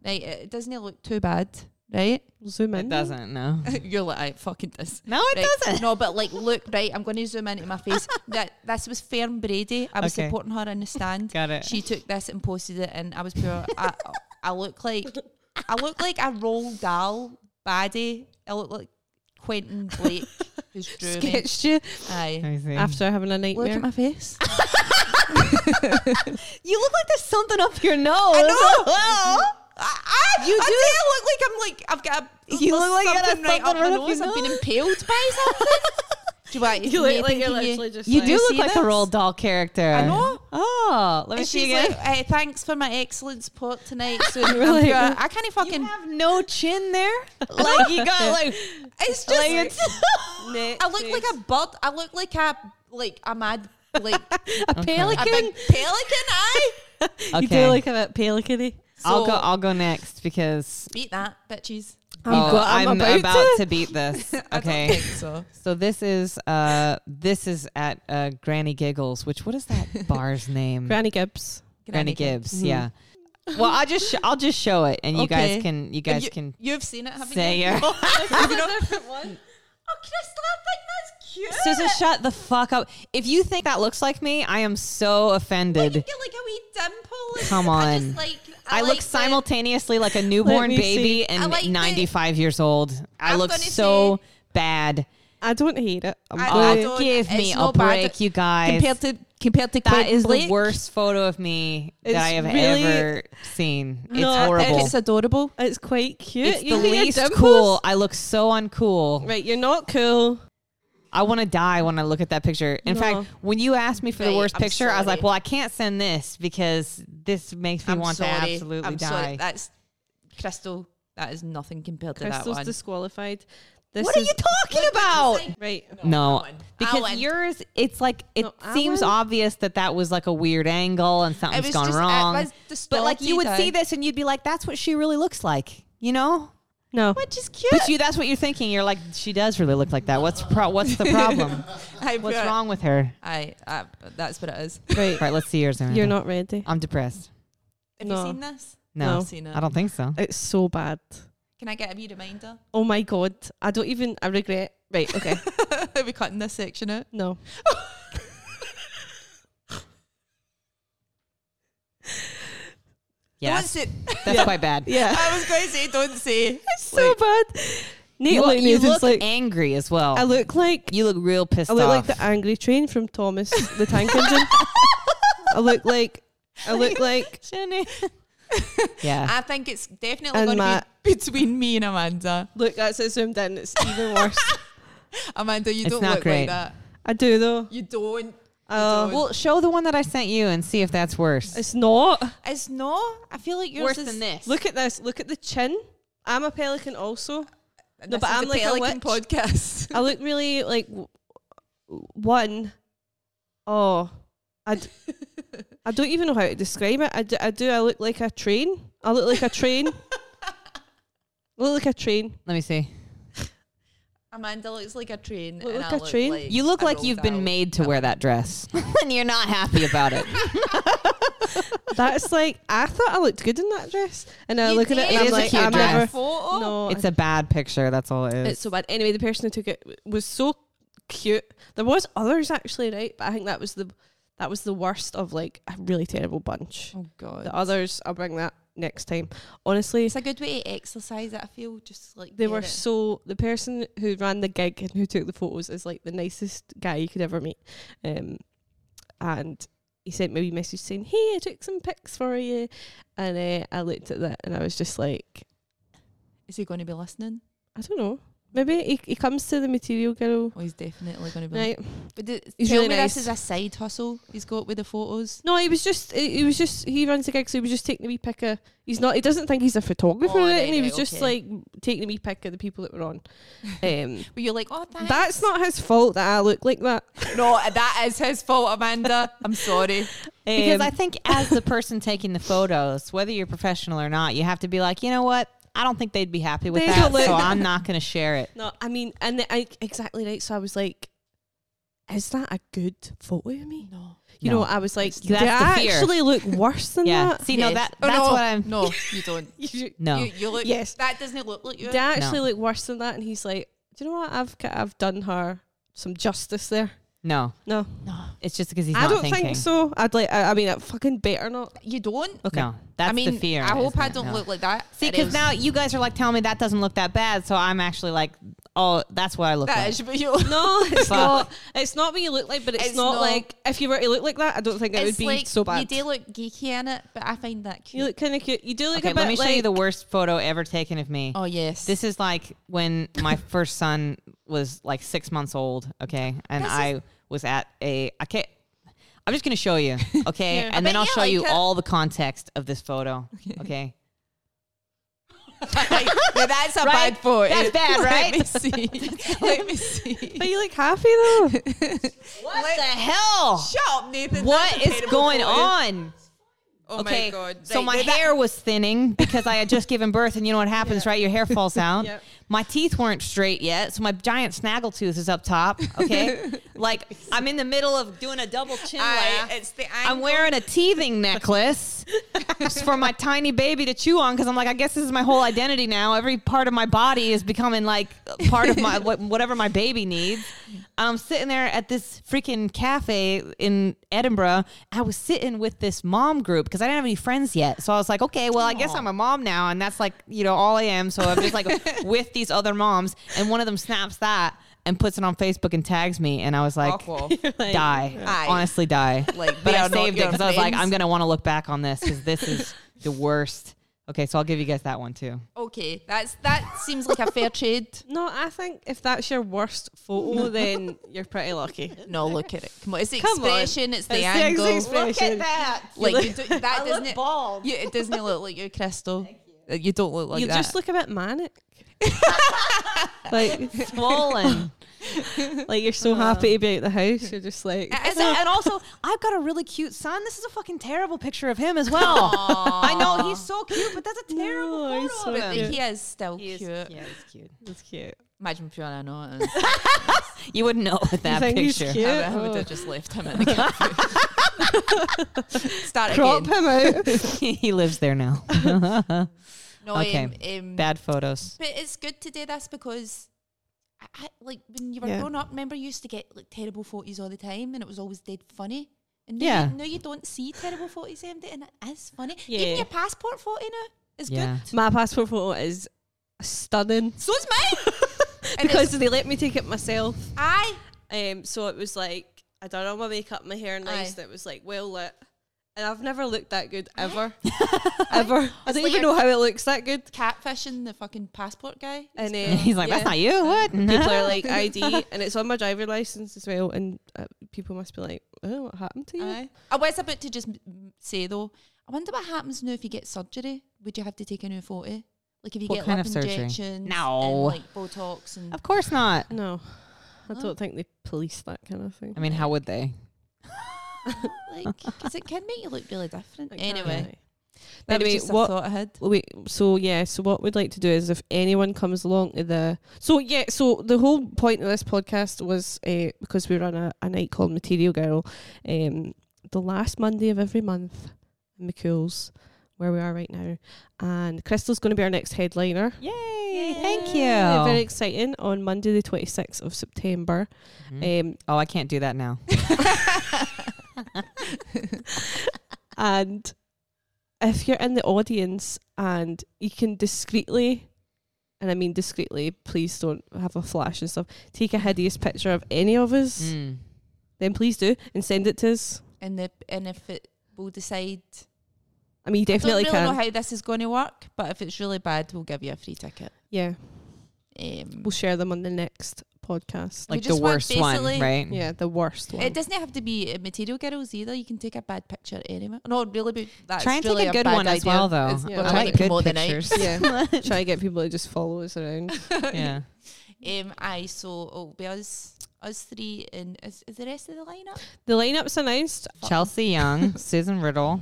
S1: right? It it doesn't look too bad, right?
S2: Zoom in.
S3: It doesn't. No.
S1: You're like, it fucking does.
S3: No, it
S1: Right.
S3: doesn't.
S1: No, but like, look, right? I'm going to zoom into my face. that this was Fern Brady. I was
S3: Okay.
S1: supporting her in the stand
S3: Got it.
S1: she took this and posted it, and I was pure. I, I look like I look like a Roald Dahl baddie. I look like Quentin Blake, who's drew me.
S2: Sketched you
S1: Aye.
S3: I see.
S2: after having a
S1: Look
S2: nightmare.
S1: at my face.
S3: you look like there's something up your nose.
S1: I know. I, I,
S3: You
S1: I do. I look like I'm like I've got. A,
S3: You look like you got
S1: something right
S3: something
S1: up my
S3: right up your
S1: nose. I've been
S3: nose.
S1: impaled by something. do you want?
S2: You look like
S1: Nathan,
S2: you're
S1: can you-
S2: literally just.
S3: You
S2: like-
S3: do
S1: you
S3: look
S1: see
S3: like a
S1: this?
S3: Roald Dahl character. I
S1: know.
S3: Oh, let me
S1: And
S3: see
S1: she's
S3: again.
S1: like, eh, thanks for my excellent support tonight. So
S2: Really?
S1: I kind of fucking.
S3: have no chin there. like you got like
S1: It's just.
S3: like it's
S1: I look like a bird. I look like a like a mad like
S2: a
S1: a
S2: pelican.
S1: big pelican. I
S2: You
S3: Okay.
S2: do look a bit pelicany.
S3: I'll go
S1: So-
S3: I'll go next because
S1: beat that, bitches.
S3: oh,
S2: I'm,
S3: I'm
S2: about, to.
S3: beat this.
S1: I
S3: Okay.
S1: don't think so.
S3: So this is uh this is at uh, Granny Giggles, which what is that bar's name?
S2: Granny Gibbs.
S3: Granny Mm-hmm. Gibbs, yeah. Well, I'll just sh- I'll just show it, and you
S1: Okay.
S3: guys can you
S1: And
S3: guys
S1: you,
S3: can
S1: You've seen it, haven't
S3: say
S1: you?
S3: your.
S1: Have you not? Oh, Crystal, I think that's cute.
S3: Susan, shut the fuck up. If you think that looks like me, I am so
S1: Like, you
S3: offended.
S1: get like a wee dimple. and
S3: Come
S1: I just
S3: on.
S1: like, I,
S3: I
S1: like
S3: look
S1: the-
S3: simultaneously like a newborn
S2: me
S3: baby
S2: see.
S1: I
S3: and
S1: like the-
S3: 95 years old. I
S1: I'm
S3: look
S1: gonna
S3: so
S1: say-
S3: bad. Oh,
S2: I don't hate it. I'm
S1: I-
S2: glad.
S1: I don't-
S3: Give me
S1: it's
S3: a
S1: not bad.
S3: break, you guys.
S1: compared to compared to
S3: that
S1: Quentin
S3: is the
S1: Blake.
S3: worst photo of me that
S2: It's
S3: I have
S2: really-
S3: ever seen. It's
S2: No, I think
S3: horrible.
S1: It's uh, adorable.
S2: it's quite cute.
S3: It's
S2: You
S3: the
S2: get your
S3: least
S2: dimples.
S3: cool. I look so uncool.
S2: Right, you're not cool.
S3: I want to die when I look at that picture. In
S2: No.
S3: fact, when you asked me for the
S1: Right,
S3: worst
S1: I'm
S3: picture, I was like,
S1: sorry.
S3: "Well, I can't send this because this makes me
S1: I'm
S3: want
S1: sorry.
S3: to absolutely
S1: I'm
S3: die."
S1: Sorry. That's Crystal. That is nothing compared to that
S2: Crystal's
S1: one.
S2: disqualified. This
S3: what are
S2: is-
S3: you talking about?
S2: Right.
S3: No,
S1: Alan.
S3: because
S1: Alan.
S3: yours, it's like it
S2: No,
S3: seems
S2: Alan.
S3: obvious that that was like a weird angle and something's
S1: was
S3: gone
S1: just- it
S3: wrong.
S1: was
S3: but like you would
S1: distorted,
S3: see
S1: I-
S3: this and you'd be like, "That's what she really looks like," you know.
S2: No.
S1: Which is cute.
S3: But you—that's what you're thinking. You're like, she does really look like that. What's pro- what's the problem?
S1: I,
S3: What's wrong with her?
S1: I, I, that's what it is.
S3: Right, right. Let's see yours. Amanda.
S2: You're not ready.
S3: I'm depressed.
S1: Have
S2: No.
S1: you seen this?
S3: No,
S1: I've seen it.
S3: I don't think so.
S2: It's so bad.
S1: Can I get a wee reminder?
S2: Oh my god. I don't even I regret. Right, okay.
S1: Are we cutting this section out?
S2: no.
S3: Yes,
S1: Don't say,
S3: that's quite bad.
S2: Yeah.
S1: I was going to say, don't say.
S2: It's so bad. Nate
S3: You,
S2: look,
S3: look, you
S2: Nathan's
S3: look
S2: like
S3: angry as well.
S2: I look like
S3: you look real pissed
S2: I look like
S3: off.
S2: the angry train from Thomas the Tank Engine. I look like I look like
S3: yeah,
S1: I think it's definitely
S2: And
S1: going to
S2: Matt.
S1: be between me and Amanda.
S2: look that's it zoomed in. It's even worse.
S1: Amanda, you
S3: It's
S1: don't
S3: not
S1: look
S3: great.
S1: like that.
S2: I do though.
S1: You don't.
S2: Oh,
S3: Uh, Well, show the one that I sent you and Uh, see if that's worse.
S2: it's not.
S1: It's not. I feel like yours is
S3: this.
S2: Look at this. Look at the chin. I'm a pelican also.
S1: This
S2: No, but
S1: is
S2: I'm
S1: a
S2: like a
S1: Pelican
S2: witch.
S1: podcast.
S2: I look really like w- w- one. Oh, I, d- I don't even know how to describe it. I do, I do. I look like a train. I look like a train. I look like a train.
S3: Let me see.
S1: Amanda looks like a train.
S2: Look
S1: and
S2: like
S1: I
S2: a
S1: look
S2: train.
S1: Like
S3: You look
S1: a
S3: like you've
S1: rolled
S3: been
S1: out.
S3: made to wear that dress, and you're not happy about it.
S2: That's like I thought I looked good in that dress, and I
S1: You
S2: look at
S1: did.
S2: it and
S3: It
S2: I'm
S3: is a
S2: like,
S3: cute
S2: I'm
S3: dress.
S2: never.
S1: Photo?
S2: No,
S3: It's a bad picture. That's all it is.
S2: It's so bad. Anyway, the person who took it w- was so cute. There was others actually, right? But I think that was the that was the worst of like a really terrible bunch.
S1: Oh god.
S2: The others, I'll bring that next time. Honestly,
S1: It's a good way to exercise. I feel just like
S2: they
S1: get
S2: were
S1: it.
S2: so the person who ran the gig and who took the photos is like the nicest guy you could ever meet. Um, and he sent me a wee message saying, "Hey, I took some pics for you," and uh, I looked at that and I was just like,
S1: Is he going to be listening?
S2: I don't know. Maybe he, he comes to the material girl.
S1: Oh, he's definitely going to be.
S2: Right.
S1: listening. But d-
S2: He's
S1: tell
S2: really
S1: me
S2: nice.
S1: this is a side hustle he's got with the photos.
S2: No, he was just he he was just he runs a gig, so he was just taking a wee pick of. He's not. He doesn't think he's a photographer,
S1: Oh,
S2: or
S1: right,
S2: anything. he
S1: right,
S2: was just
S1: okay.
S2: like taking a wee pick of the people that were on. Um,
S1: But you're like, oh, thanks.
S2: that's not his fault that I look like that.
S1: no, that is his fault, Amanda. I'm sorry.
S3: because
S2: Um,
S3: I think as the person taking the photos, whether you're professional or not, you have to be like, you know what? I don't think they'd be happy with
S2: They
S3: that,
S2: don't look-
S3: so I'm not going to share it.
S2: no, I mean, and the, I exactly right. So I was like, is that a good photo of me?
S1: No.
S2: You
S3: No.
S2: know, I was like,
S3: That's
S2: do
S3: the
S2: I
S3: fear.
S2: actually look worse than
S3: Yeah.
S2: that?
S3: See, no,
S1: Yes.
S3: that
S1: Oh,
S3: that's
S1: no.
S3: what I'm.
S1: No, you don't.
S2: You-
S3: No.
S1: You, you look.
S2: Yes.
S1: That doesn't look like you.
S2: Do I actually
S3: No.
S2: look worse than that? And he's like, do you know what? I've ca- I've done her some justice there.
S3: no.
S2: No,
S1: no,
S3: It's just because he's
S2: I
S3: not
S2: don't
S3: thinking.
S2: think so. I'd like. I, I mean, I fucking better not.
S1: you don't.
S3: Okay. No, that's
S1: I mean,
S3: the fear.
S1: I hope
S3: isn't
S1: I
S3: it?
S1: don't
S3: No.
S1: look like that.
S3: See,
S1: It
S3: because
S1: is-
S3: now you guys are like telling me that doesn't look that bad, so I'm actually like, oh, that's what I look
S1: that
S3: like.
S1: is, but you.
S2: No, it's
S3: Fuck.
S2: not. It's not what you look like, but it's,
S1: It's
S2: not,
S1: not.
S2: like if you were to look like that, I don't think it would
S1: It's
S2: be
S1: like
S2: so bad.
S1: you do look geeky in it, but I find that cute.
S2: You look kind of cute. You do look
S3: okay,
S2: a bit
S3: let me show
S2: like
S3: you the worst photo ever taken of me.
S1: oh yes,
S3: This is like when my first son was like six months old. Okay, and
S1: This is-
S3: I was at a. I can't. I'm just gonna show you. Okay,
S2: Yeah. I
S3: and
S1: bet
S3: then I'll
S1: you
S3: show
S1: like
S3: you
S1: it.
S3: all the context of this photo. Okay.
S1: Like, now that's a
S3: Right?
S1: bad photo.
S3: That's bad,
S1: Let
S3: right?
S1: me see. Let me see.
S2: But you look happy though.
S3: What the hell?
S1: Shut up, Nathan.
S3: What
S1: That's a
S3: is
S1: terrible
S3: going
S1: photo.
S3: on?
S1: Oh
S3: Okay.
S1: my god.
S3: So
S1: Right,
S3: my
S1: now that-
S3: hair was thinning because I had just given birth, and you know what happens, right? Your hair falls out.
S2: Yep.
S3: My teeth weren't straight yet, so my giant snaggle tooth is up top. Okay, like I'm in the middle of doing a double chin
S1: I,
S3: laugh.
S1: it's the
S3: I'm
S1: angle.
S3: wearing a teething necklace just for my tiny baby to chew on because I'm like, I guess this is my whole identity now. Every part of my body is becoming like part of my what- whatever my baby needs. I'm sitting there at this freaking cafe in Edinburgh. I was sitting with this mom group because I didn't have any friends yet. So I was like, okay, well, I guess I'm a mom now. And that's like, you know, all I am. So I'm just like with these other moms. And one of them snaps that and puts it on Facebook and tags me. And I was like,
S1: Fuck off.
S3: die.
S1: Aye.
S3: Honestly, die.
S1: Like,
S3: but
S1: they
S3: I
S1: are not
S3: saved it
S1: your
S3: because I was like,
S1: friends.
S3: I'm gonna want to look back on this because this is the worst. Okay, so I'll give you guys that one too.
S1: Okay, that's that seems like a fair trade.
S2: No, I think if that's your worst photo, then you're pretty lucky.
S1: No, look at it. Come on, it's the
S2: Come on.
S1: expression. It's the
S2: It's the
S1: angle.
S2: expression. Look at
S3: that.
S1: Like you do, that
S3: I look
S1: doesn't it-
S3: bald.
S1: You, it doesn't look like you, Crystal. Uh, You. don't look like
S2: you
S1: that.
S2: just look a bit manic. like,
S3: Swollen.
S2: like you're so happy to be out the house. You're just like,
S1: It is-
S3: and also, I've got a really cute son. This is a fucking terrible picture of him as well. I know he's so cute, but that's a terrible
S2: No, he's
S3: photo.
S2: so
S3: of
S1: but
S3: him.
S1: he is still
S3: He is-
S1: cute.
S3: yeah, he's cute.
S2: that's cute.
S1: Imagine if you and I know it.
S3: You wouldn't know with that
S2: think he's
S3: picture.
S2: cute?
S1: I, would
S2: Oh.
S1: have just left him in the cafe. Start
S2: Crop
S1: again.
S2: him out.
S3: he lives there now.
S1: No,
S3: Okay.
S1: um, um,
S3: Bad photos.
S1: But it's good to do this because, I, I, like when you were
S2: Yeah.
S1: growing up, remember you used to get like terrible photos all the time, and it was always dead funny. And now
S3: Yeah.
S1: you, now you don't see terrible photos anymore, and it is funny.
S2: Yeah.
S1: Even your passport photo now is
S3: Yeah.
S1: good.
S2: My passport photo is stunning
S1: So is mine. And
S2: because
S1: it's-
S2: they let me take it myself.
S1: I
S2: Um, so it was like I done all my makeup, my hair nice.
S1: Aye.
S2: It was like well lit, and I've never looked that good ever, ever. I don't
S1: like
S2: even
S1: a-
S2: know how it looks that good.
S1: catfishing the fucking passport guy.
S2: And uh,
S3: He's like,
S2: yeah.
S3: that's not you. What?
S2: people are like ID, and it's on my driver license as well, and uh, people must be like, oh, what happened to you?
S1: I was about to just m- m- say though, I wonder what happens now if you get surgery. Would you have to take a new photo? Like if you
S3: What
S1: get
S3: kind
S1: lip
S3: of surgery?
S1: injections, and
S3: No.
S1: like Botox and
S3: Of course not.
S2: No, I
S1: Oh.
S2: don't think they police that kind of thing.
S3: I mean, how would they?
S1: like because it can make you look really different.
S2: It can't
S1: Anyway,
S2: really.
S1: that was
S2: Anyway,
S1: just a
S2: what-
S1: thought I had.
S2: Well, Wait, so yeah, so what we'd like to do is if anyone comes along to the so yeah, so the whole point of this podcast was uh, because we run a, a night called Material Girl, um, the last Monday of every month in McCool's, where we are right now, and Crystal's going to be our next headliner.
S3: Yay!
S1: thank
S2: Yeah, very exciting on Monday the twenty sixth of September. Um,
S3: oh, I can't do that now.
S2: and if you're in the audience and you can discreetly and I mean discreetly, please don't have a flash and stuff. Take a hideous picture of any of us,
S3: Mm.
S2: then please do and send it to us.
S1: and the and if it will decide,
S2: I mean, you definitely
S1: don't really
S2: can.
S1: know how this is going to work, but if it's really bad, we'll give you a free ticket.
S2: yeah,
S1: Um,
S2: we'll share them on the next podcast.
S1: We
S3: Like the
S1: just want
S3: worst one,
S1: basically-
S3: right?
S2: yeah, the worst one.
S1: it doesn't have to be uh, material girls either. You can take a bad picture anyway. No, really, be, that's
S3: Try and
S1: really
S3: take a good
S1: bad
S3: one as
S1: idea.
S3: well, though.
S1: It's
S2: Yeah.
S1: gonna
S2: I like
S1: make
S3: good
S1: more than I-
S3: pictures.
S2: yeah, try to get people to just follow us around.
S3: yeah.
S1: Um, aye, so it'll be us, us three, and is, is the rest of the lineup?
S2: The lineup's announced.
S3: Chelsea Young, Susan Riddle,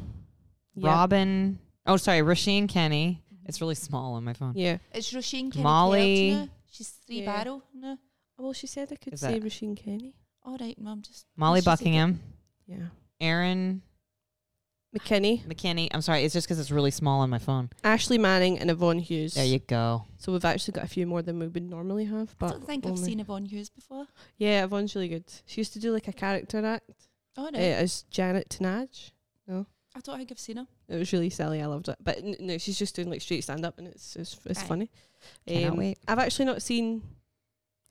S2: Yeah.
S3: Robin. Oh, sorry, Rasheen Kenny. It's really small on my phone.
S2: Yeah.
S1: It's Roisin Kenny
S3: Molly.
S1: Molly. She's three
S2: Yeah.
S1: barrel now.
S2: Oh, Well, she said I could
S3: Is
S2: say
S3: that-
S2: Machine Kenny.
S1: All right, mum, just
S3: Molly
S1: she said it.
S3: Buckingham,
S2: Yeah.
S3: Aaron
S2: McKinney,
S3: McKinney. I'm sorry, it's just because it's really small on my phone.
S2: Ashley Manning, and Yvonne Hughes.
S3: There you go.
S2: So we've actually got a few more than we would normally have.
S1: I
S2: But
S1: don't think I've
S2: only-
S1: seen Yvonne Hughes before.
S2: Yeah, Yvonne's really good. She used to do like a character act
S1: All
S2: uh,
S1: right,
S2: as Janet Tanaj.
S1: I don't think I've seen her.
S2: It was really silly. I loved it. But n- no, she's just doing like straight stand up, and it's it's, it's
S1: Aye.
S2: funny. Um,
S3: Cannot wait.
S2: I've actually not seen.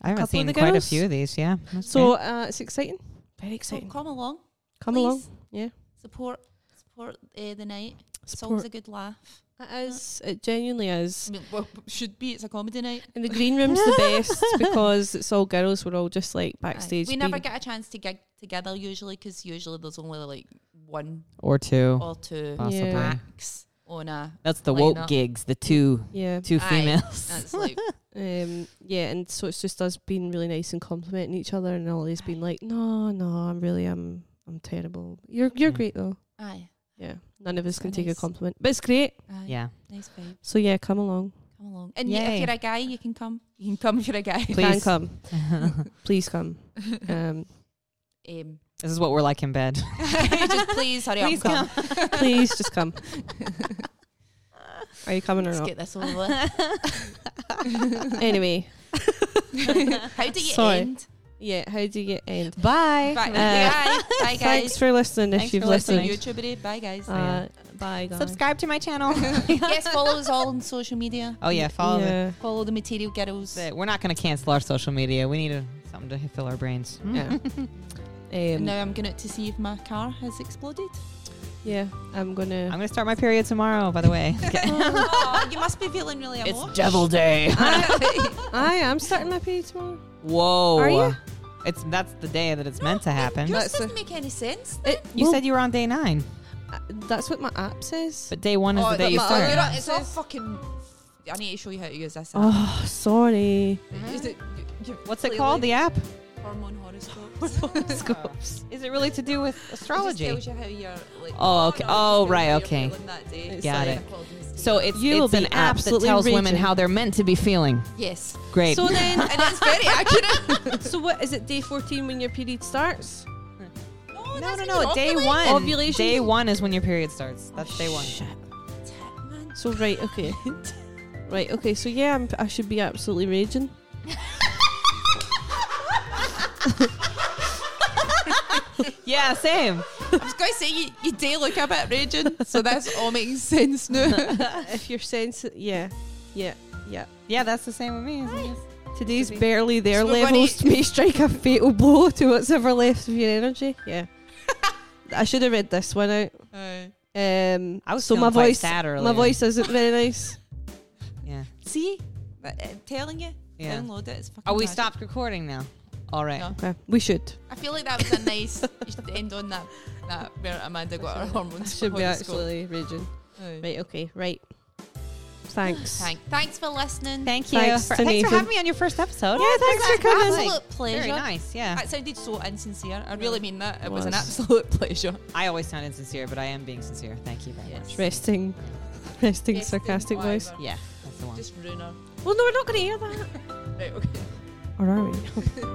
S3: I haven't
S2: Couple of
S3: seen
S2: the
S3: quite a
S2: girls.
S3: few of these. Yeah. That's
S2: So
S3: great.
S2: uh, it's exciting. Very
S1: So
S2: exciting.
S1: come along,
S2: Come
S1: please.
S2: along. yeah.
S1: Support, support uh, the night. It's always
S2: Support.
S1: a good laugh.
S2: It is. It genuinely is.
S1: I mean, well, should be. It's a comedy night.
S2: And the green room's the best because it's all girls. We're all just like
S1: Aye.
S2: backstage.
S1: We never
S2: being-
S1: get a chance to gig together usually because usually there's only like one
S3: or two,
S1: or two
S3: possibly.
S2: Yeah.
S1: max on a.
S3: That's the
S1: Oh, Why
S3: woke
S1: not?
S3: gigs. The two,
S2: Yeah.
S3: two
S1: Aye.
S3: females.
S1: That's like
S2: Um, yeah, and so it's just us being really nice and complimenting each other, and Ollie's been like, "No, no, I'm really, I'm, I'm terrible. You're, you're
S3: Mm.
S2: great though.
S1: aye,
S2: Yeah, none of us can
S1: Very
S2: take a
S1: nice.
S2: compliment, but it's great.
S1: aye.
S3: yeah.
S1: Nice vibe.
S2: So yeah, come along,
S1: Come along. And yeah,
S3: Yay.
S1: if you're a guy, you can come. You can come if you're a guy.
S2: You can
S3: Please.
S2: come, please come. Um,
S1: um,
S3: this is what we're like in bed.
S1: just please hurry
S3: Please
S1: up and come.
S2: please just come. Are you coming or
S1: Let's
S2: not?
S1: get this over. with.
S2: Anyway,
S1: How do you
S2: Sorry.
S1: end?
S2: yeah. How do you end?
S3: Bye.
S1: Back
S2: Uh,
S1: bye. Bye, guys.
S2: Thanks for listening. If
S3: Thanks
S2: you've
S3: for
S1: listening.
S2: listened,
S3: listening.
S1: YouTube. Bye, guys.
S2: uh, bye guys.
S3: Subscribe to my channel.
S1: yes, follow us all on social media.
S3: oh yeah, follow. the-
S2: Yeah.
S1: Follow the Material Girls.
S3: That's it. We're not going to cancel our social media. We need a, something to fill our brains.
S2: Yeah.
S1: And
S2: Um,
S1: now I'm going out to see if my car has exploded.
S2: yeah, I'm
S3: I'm
S2: gonna.
S3: going to start my period tomorrow. By the way,
S1: oh, you must be feeling really emotional.
S3: Day.
S2: I am starting my period tomorrow.
S3: Whoa.
S2: Are you?
S3: It's that's the day that it's meant to happen.
S1: Yours
S2: That's a-
S1: doesn't make any sense.
S2: It,
S3: You said you were on day nine,
S2: Uh, That's what my app says.
S3: but day one is the day you
S1: but-
S3: start.
S1: oh, you're on- it's all fucking. I need to show you how to use this. app.
S2: Oh, sorry.
S1: Is it- you- you-
S3: What's it
S1: clearly
S3: called? The app?
S1: Hormone horoscopes.
S3: Scopes. Is it really to do with
S1: It
S3: astrology?
S1: just tells you how you're, like,
S3: Oh,
S1: no, it
S3: okay.
S1: just
S3: Oh,
S1: tells you
S3: right,
S1: how you're
S3: okay.
S1: feeling that day.
S2: It's
S3: Got
S1: Sorry,
S3: it.
S1: I called a mistake.
S3: So it's,
S2: You will
S3: it's an
S2: be
S3: app that
S2: absolutely
S3: tells women
S2: raging.
S3: how they're meant to be feeling.
S1: yes,
S3: Great.
S2: So then,
S1: and it's very accurate.
S2: so what is it? Day fourteen when your period starts?
S1: no,
S3: no, no, no. Day one.
S2: Ovulation.
S3: Day one is when your period starts. That's day one.
S2: So right, okay, right, okay. So yeah, I'm, I should be absolutely raging.
S3: Yeah, same.
S1: I was going to say you, you do look a bit raging, so that's all makes sense now.
S2: if you're sensitive, yeah, yeah, yeah.
S3: Yeah, that's the same with me. isn't it?
S2: Today's
S3: Today.
S2: barely there
S1: So we're
S2: levels
S1: gonna-
S2: may strike a fatal blow to what's ever left of your energy. Yeah, I should have read this one out.
S1: Aye.
S2: Um,
S3: I was
S2: so my
S3: feeling quite
S2: voice,
S3: sad
S2: my
S3: earlier.
S2: voice isn't very nice.
S3: Yeah.
S1: See, But, uh, telling you,
S3: Yeah.
S1: download it. It's fucking
S3: Oh, we
S1: magic.
S3: stopped recording now. All right.
S1: No.
S2: Okay. We should.
S1: I feel like that was a nice you should end on that. That where Amanda got her hormones.
S2: Should be
S1: horoscope.
S2: actually raging.
S1: Aye.
S2: Right, okay, right. Thanks.
S1: Thank, thanks for listening.
S3: Thank
S2: you
S3: you.
S2: Thanks
S3: Thanks
S2: for-
S3: for,
S2: to thanks for Nathan. having
S3: having me on your first episode.
S2: Yeah, thanks for coming.
S1: Absolute pleasure.
S3: Very nice. Yeah.
S1: That sounded so insincere. I really mean that. It, was. an
S3: Was.
S1: absolute pleasure.
S3: I, always sound insincere, but I am being sincere. Thank you very
S1: Yes.
S3: much.
S2: Resting, resting
S1: Best in
S2: sarcastic voice.
S1: whatever.
S3: Yeah, that's the one.
S1: Just ruin her.
S2: Well, no, we're not going to hear that.
S1: Right, okay.
S2: Or are we?